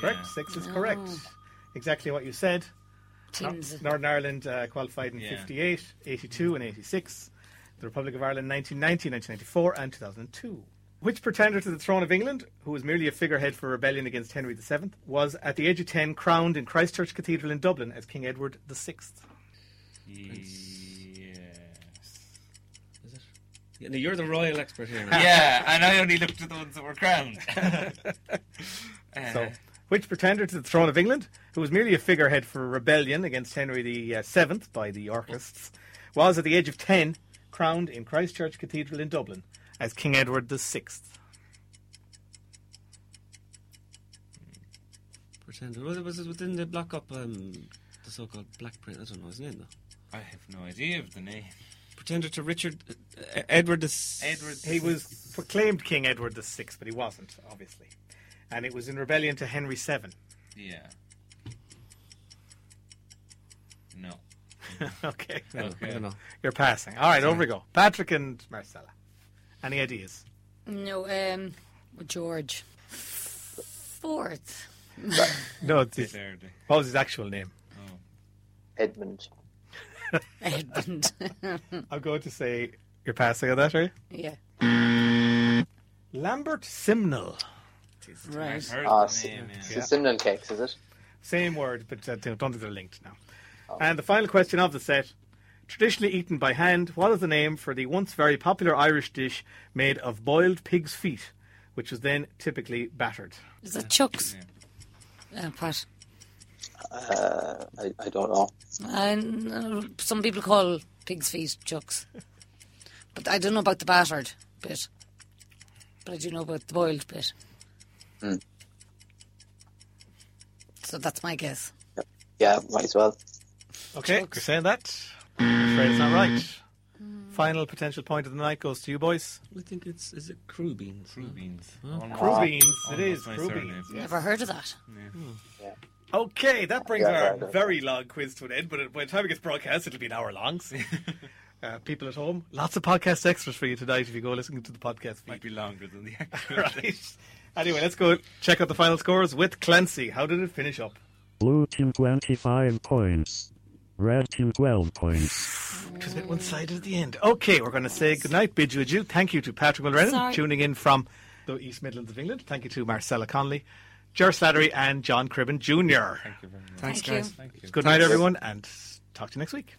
A: Correct.
B: Yeah.
A: Six is correct. Exactly what you said.
D: Teams.
A: Northern Ireland uh, qualified in
B: Yeah.
A: 58, 82, and 86. The Republic of Ireland 1990, 1994, and 2002. Which pretender to the throne of England, who was merely a figurehead for rebellion against Henry VII, was at the age of 10 crowned in Christchurch Cathedral in Dublin as King Edward VI?
B: Yes.
C: Is it? Yeah, no, you're the royal expert here. now.
B: yeah, and I only looked at the ones that were crowned. Uh,
A: So, which pretender to the throne of England, who was merely a figurehead for rebellion against Henry the uh, Seventh by the Yorkists, was at the age of ten crowned in Christchurch Cathedral in Dublin as King Edward the Sixth.
C: Pretend. Was it, was it within the block up, um, the so called black print? I don't know his name, though.
B: I have no idea of the name.
C: Pretender to Richard uh, uh, Edward the. S-
B: Edward.
A: He was proclaimed King Edward the Sixth, but he wasn't, obviously, and it was in rebellion to Henry VII.
B: Yeah. No.
A: okay,
C: I don't know, I don't know.
A: you're passing. All right, over we go. Patrick and Marcella. Any ideas?
D: No. Um. with George. Fourth.
A: No, it's his,
B: Saturday.
A: what was his actual name?
E: Edmund.
D: Edmund.
A: I'm going to say you're passing on that, right?
D: yeah.
A: Lambert Simnel.
D: Right.
B: I've heard
E: Ah,
B: the
E: si-
B: name, yeah.
E: si- Simnel cakes, is it?
A: Same word, but uh, don't think they're linked now.
B: Oh.
A: And the final question of the set. Traditionally eaten by hand, what is the name for the once very popular Irish dish made of boiled pig's feet, which was then typically battered?
D: Is it Chuck's? Uh, Pat.
E: Uh, I, I don't know.
D: I, uh, some people call pig's feet chucks. But I don't know about the battered bit. But I do know about the boiled bit. So that's my guess.
E: Yeah, might as well.
A: Okay, you're saying that? I'm afraid it's not right.
B: Mm.
A: Final potential point of the night goes to you, boys.
C: I think it's is it crew beans.
B: Crew beans.
A: Crew
E: Ah.
A: beans, it
B: Almost
A: is
B: my
A: crew
B: surname.
A: beans.
D: Never heard of that.
A: Okay, that brings
E: Yeah,
A: our
E: yeah, yeah.
A: very long quiz to an end, but by the time it gets broadcast, it'll be an hour long. so- uh, people at home, lots of podcast extras for you tonight if you go listen to the podcast. feed.
B: Might be longer than the actual.
A: right. Anyway, let's go check out the final scores with Clancy. How did it finish up?
F: Blue team 25 points. Red team 12 points.
A: It was a bit one sided at the end. Okay, we're going to say goodnight, bid you adieu. Thank you to Patrick Mulrennan,
D: Sorry.
A: tuning in from the East Midlands of England. Thank you to Marcella Connolly, Ger Slattery, and John Cribben Jr.
C: Thanks,
D: Thank
C: guys.
D: you.
B: Thank you.
A: Good night, everyone, and talk to you next week.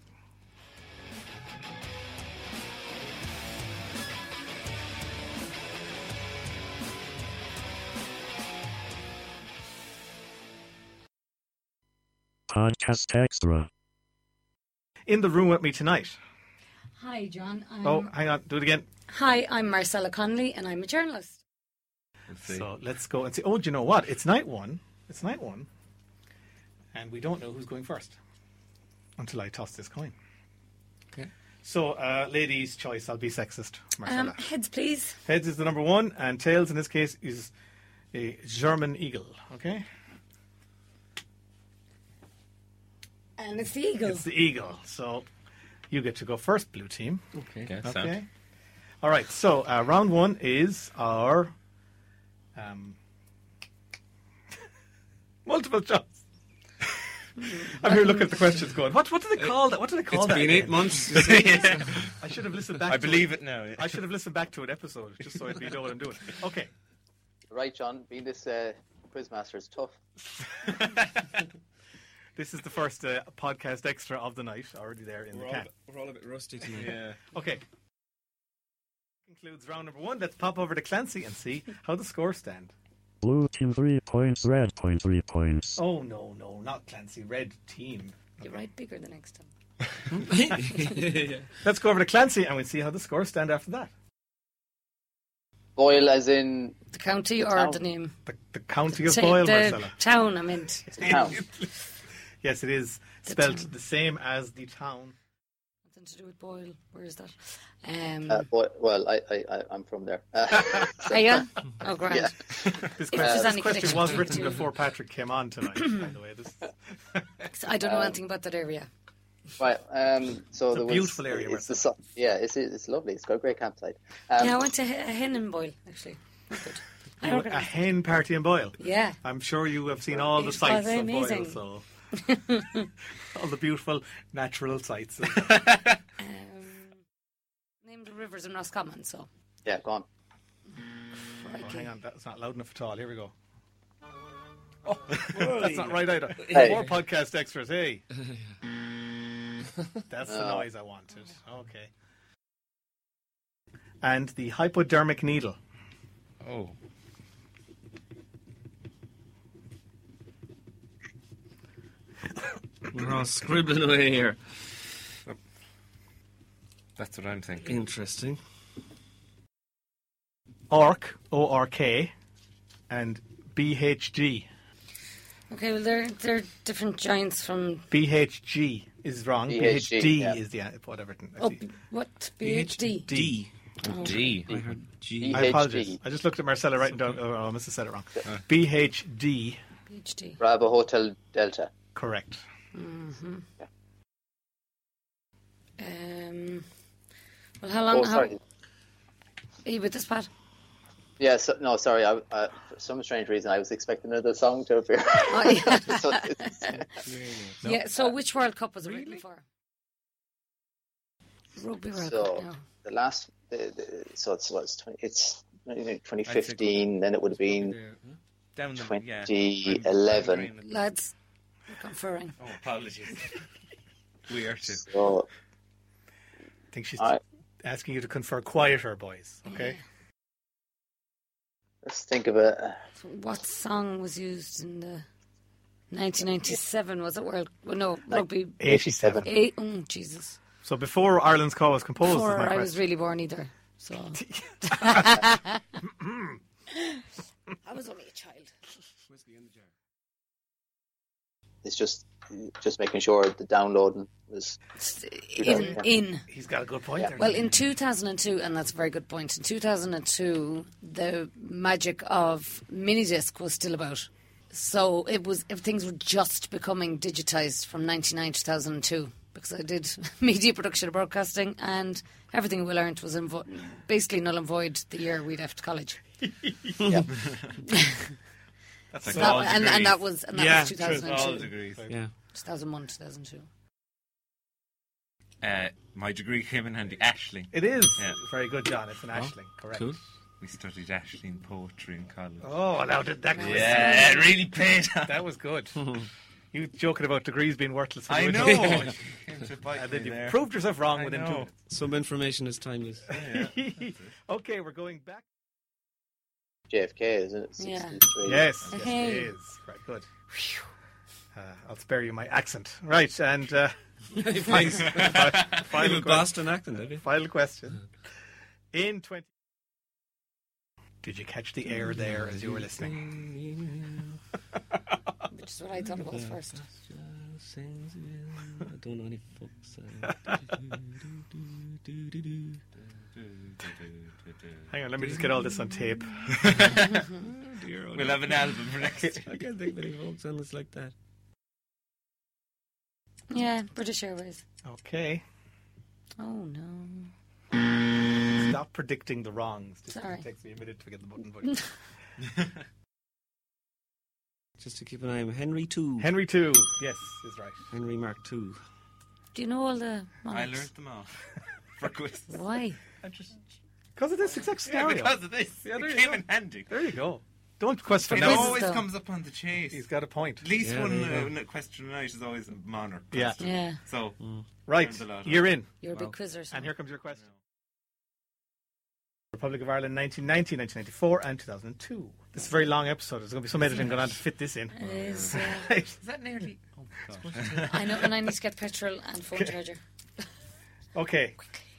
F: Podcast Extra.
A: In the room with me tonight.
D: Hi, John. I'm,
A: Oh, hang on, do it again.
D: Hi, I'm Marcella Connolly, and I'm a journalist.
B: We'll see.
A: So let's go and see. Oh, do you know what? It's night one. It's night one. And we don't know who's going first until I toss this coin.
C: Okay.
A: So, uh, ladies' choice, I'll be sexist. Marcella.
D: Um, heads, please.
A: Heads is the number one, and tails in this case is a German eagle. Okay?
D: And it's the eagle.
A: It's the eagle. So you get to go first, blue team.
C: Okay.
B: Okay,
A: Okay.
B: sound.
A: All right. So uh, round one is our um, multiple choice. I'm here looking at the questions, going, what what do they call that? What do they call
C: It's
A: that?
C: been
A: again?
C: eight months.
A: Yeah. I should have listened back.
B: I
A: to
B: believe it now.
A: I should have listened back to an episode just so I'd be know what I'm doing. Okay.
E: Right, John, being this uh, quizmaster is tough.
A: This is the first uh, podcast extra of the night, already there in
C: We're
A: the
C: all,
A: can.
C: we're all a bit rusty tonight.
B: Yeah.
A: Okay. Concludes round number one. Let's pop over to Clancy and see how the scores stand.
F: Blue team 3 points. Red point 3 points.
A: Oh, no, no, not Clancy. Red team.
D: You write bigger the next time.
A: Let's go over to Clancy and we'll see how the scores stand after that.
E: Boyle, as in
D: The county or
E: town.
D: the name?
A: The, the county of
D: Say
A: Boyle,
D: the
A: Marcella.
D: town, I meant.
E: the town.
A: Yes, it is
D: The
A: spelt
D: town.
A: the same as the town.
D: Nothing to do with Boyle. Where is that? Um,
E: Uh, Boy- well, I, I, I, I'm from there. Uh,
D: are you? Oh, grand.
E: yeah.
A: This
D: If
A: question, this
D: there's any
A: question
D: connection
A: was
D: between
A: written
D: the two.
A: before Patrick came on tonight, by the way. This is
D: I don't know
E: Um,
D: anything about that area.
E: Right. Um, so
A: It's a
E: there was-
A: beautiful area,
E: It's the,
A: Marcel.
E: sun- yeah, it's, it's lovely. It's got a great campsite. Um,
D: yeah, I went to uh, Hen Boyle, actually. That's good. I
A: a
D: organised-
A: hen party in Boyle.
D: yeah.
A: I'm sure you have seen all the
D: It
A: sights
D: was
A: of Boyle,
D: amazing.
A: so all the beautiful natural sights.
D: Um, named the rivers in Roscommon, so.
E: yeah, go on.
A: Oh,
D: crikey.
A: hang on, that's not loud enough at all. Here we go. Oh, that's not right either.
E: Hey.
A: More podcast extras, hey. that's the noise I wanted. Okay. And the hypodermic needle.
B: Oh.
C: We're all scribbling away here.
B: That's what I'm thinking.
C: Interesting.
A: Orc, O R K, and BHG.
D: Okay, well, they're, they're different giants from.
A: BHG is wrong.
E: BHG,
A: BHD
E: yeah.
A: is the uh, whatever. it-
D: Oh, what? BHD?
A: D.
B: D.
C: Oh. I heard G.
A: I apologize. I just looked at Marcella writing down. Oh, I must have said it wrong. BHD,
D: BHD.
E: Bravo Hotel Delta.
A: correct.
D: Um, well, how long?
E: Oh,
D: how,
E: sorry.
D: are you with this, Pat?
E: Yeah, so, no, sorry. I, uh, for some strange reason, I was expecting another song to appear.
D: Oh, yeah.
E: So it's-
A: No. Uh,
D: Yeah, so which World Cup was it
B: Really?
D: written for? Rugby World
E: So-
D: Cup, no.
E: the last, the, the, so it's what's twenty? It's twenty
B: I'd say
E: fifteen. Then it would have been
B: Down the yeah.
E: twenty
B: I'm-
E: eleven.
B: I'm-
D: Lads, we're conferring.
B: Oh, apologies. we are too.
E: So
A: I think she's
E: I-
A: asking you to confer quieter, boys. Okay.
E: let's think of it.
D: So what song was used in the 1997? Was it World? Well, no, rugby.
A: Eighty-seven.
D: Eight, oh, Jesus.
A: So before Ireland's call was composed, is
D: Before
A: my
D: I was
A: question.
D: really born either. So.
A: Mm-hmm.
D: I was only a child.
E: It's just just making sure the downloading was
D: In, in
A: He's got a good point there.
D: Well, in 2002, and that's a very good point, in 2002, the magic of minidisc was still about. So it was, if things were just becoming digitized from 99 to 2002, because I did media production and broadcasting, and everything we learned was invo- basically null and void the year we left college.
B: That's
D: So that, and, and that was, and that
C: Yeah,
D: was
C: true.
B: all
D: 2002,
B: degrees.
C: Yeah.
D: 2001, 2002.
B: Uh, my degree came in handy. Ashling.
A: it is
B: Yeah. Oh,
A: very good, John. It's an Ashling, correct?
C: Cool.
B: We studied Ashling poetry in college.
A: Oh, now did that? quiz.
B: Yeah, it really paid off.
A: that was good. you joking about degrees being worthless? for
B: I
A: doing
B: know.
A: it.
B: It came to bite
A: and
B: me
A: then you
B: there.
A: proved yourself wrong
B: I
A: within
B: know.
C: Some information is timeless.
A: two minutes. okay, we're going back.
E: JFK, isn't it?
D: Yeah.
E: 63.
A: Yes, yes
D: Hey.
A: it is. Right, good. Uh, I'll spare you my accent. Right, and uh,
C: Thanks.
A: fi-
C: I'm
A: final,
C: a
A: que-
C: Boston accent, have you?
A: final question.
B: Uh,
A: In 20. Did you catch the air there as you were listening?
D: Which is what I thought it was first.
C: I don't know any folks. uh,
A: Hang on, let me just get all this on tape.
B: We'll have an album for next year.
C: I can't think of any folk songs like that.
D: Yeah, British Airways.
A: Okay.
D: Oh, no.
A: Stop predicting the wrongs. Just 'cause
D: Sorry.
A: It takes me a minute to get the button. But...
C: Just to keep an eye on Henry II.
A: Henry II. Yes, is right.
C: Henry Mark II.
D: Do you know all the
B: I
D: monarchs?
B: learned them all. For quiz.
D: Why?
B: I just-
A: Because of this exact
B: Yeah,
A: scenario.
B: because of this.
A: Yeah, there
B: it
A: you
B: came
A: go.
B: in handy.
A: There you go. Don't question
B: It
D: quizzes,
A: now.
B: always
D: though.
B: comes up on the chase.
A: He's got a point.
B: At least
C: Yeah,
B: one
C: there you
B: uh, n- question a night is always a monarch.
A: Yeah.
B: question.
D: Yeah,
B: So,
A: Right,
B: Learned a lot.
A: you're in.
D: you're a
C: Well,
D: big quizzer. so-
A: And here comes your question. Republic of Ireland 1990, 1994, and 2002. This is a very long episode. There's going to be some editing going on to fit this in.
D: It is, yeah.
A: Right.
B: is that nearly. Oh, God.
D: I know, and I need to get petrol and phone charger.
A: Okay.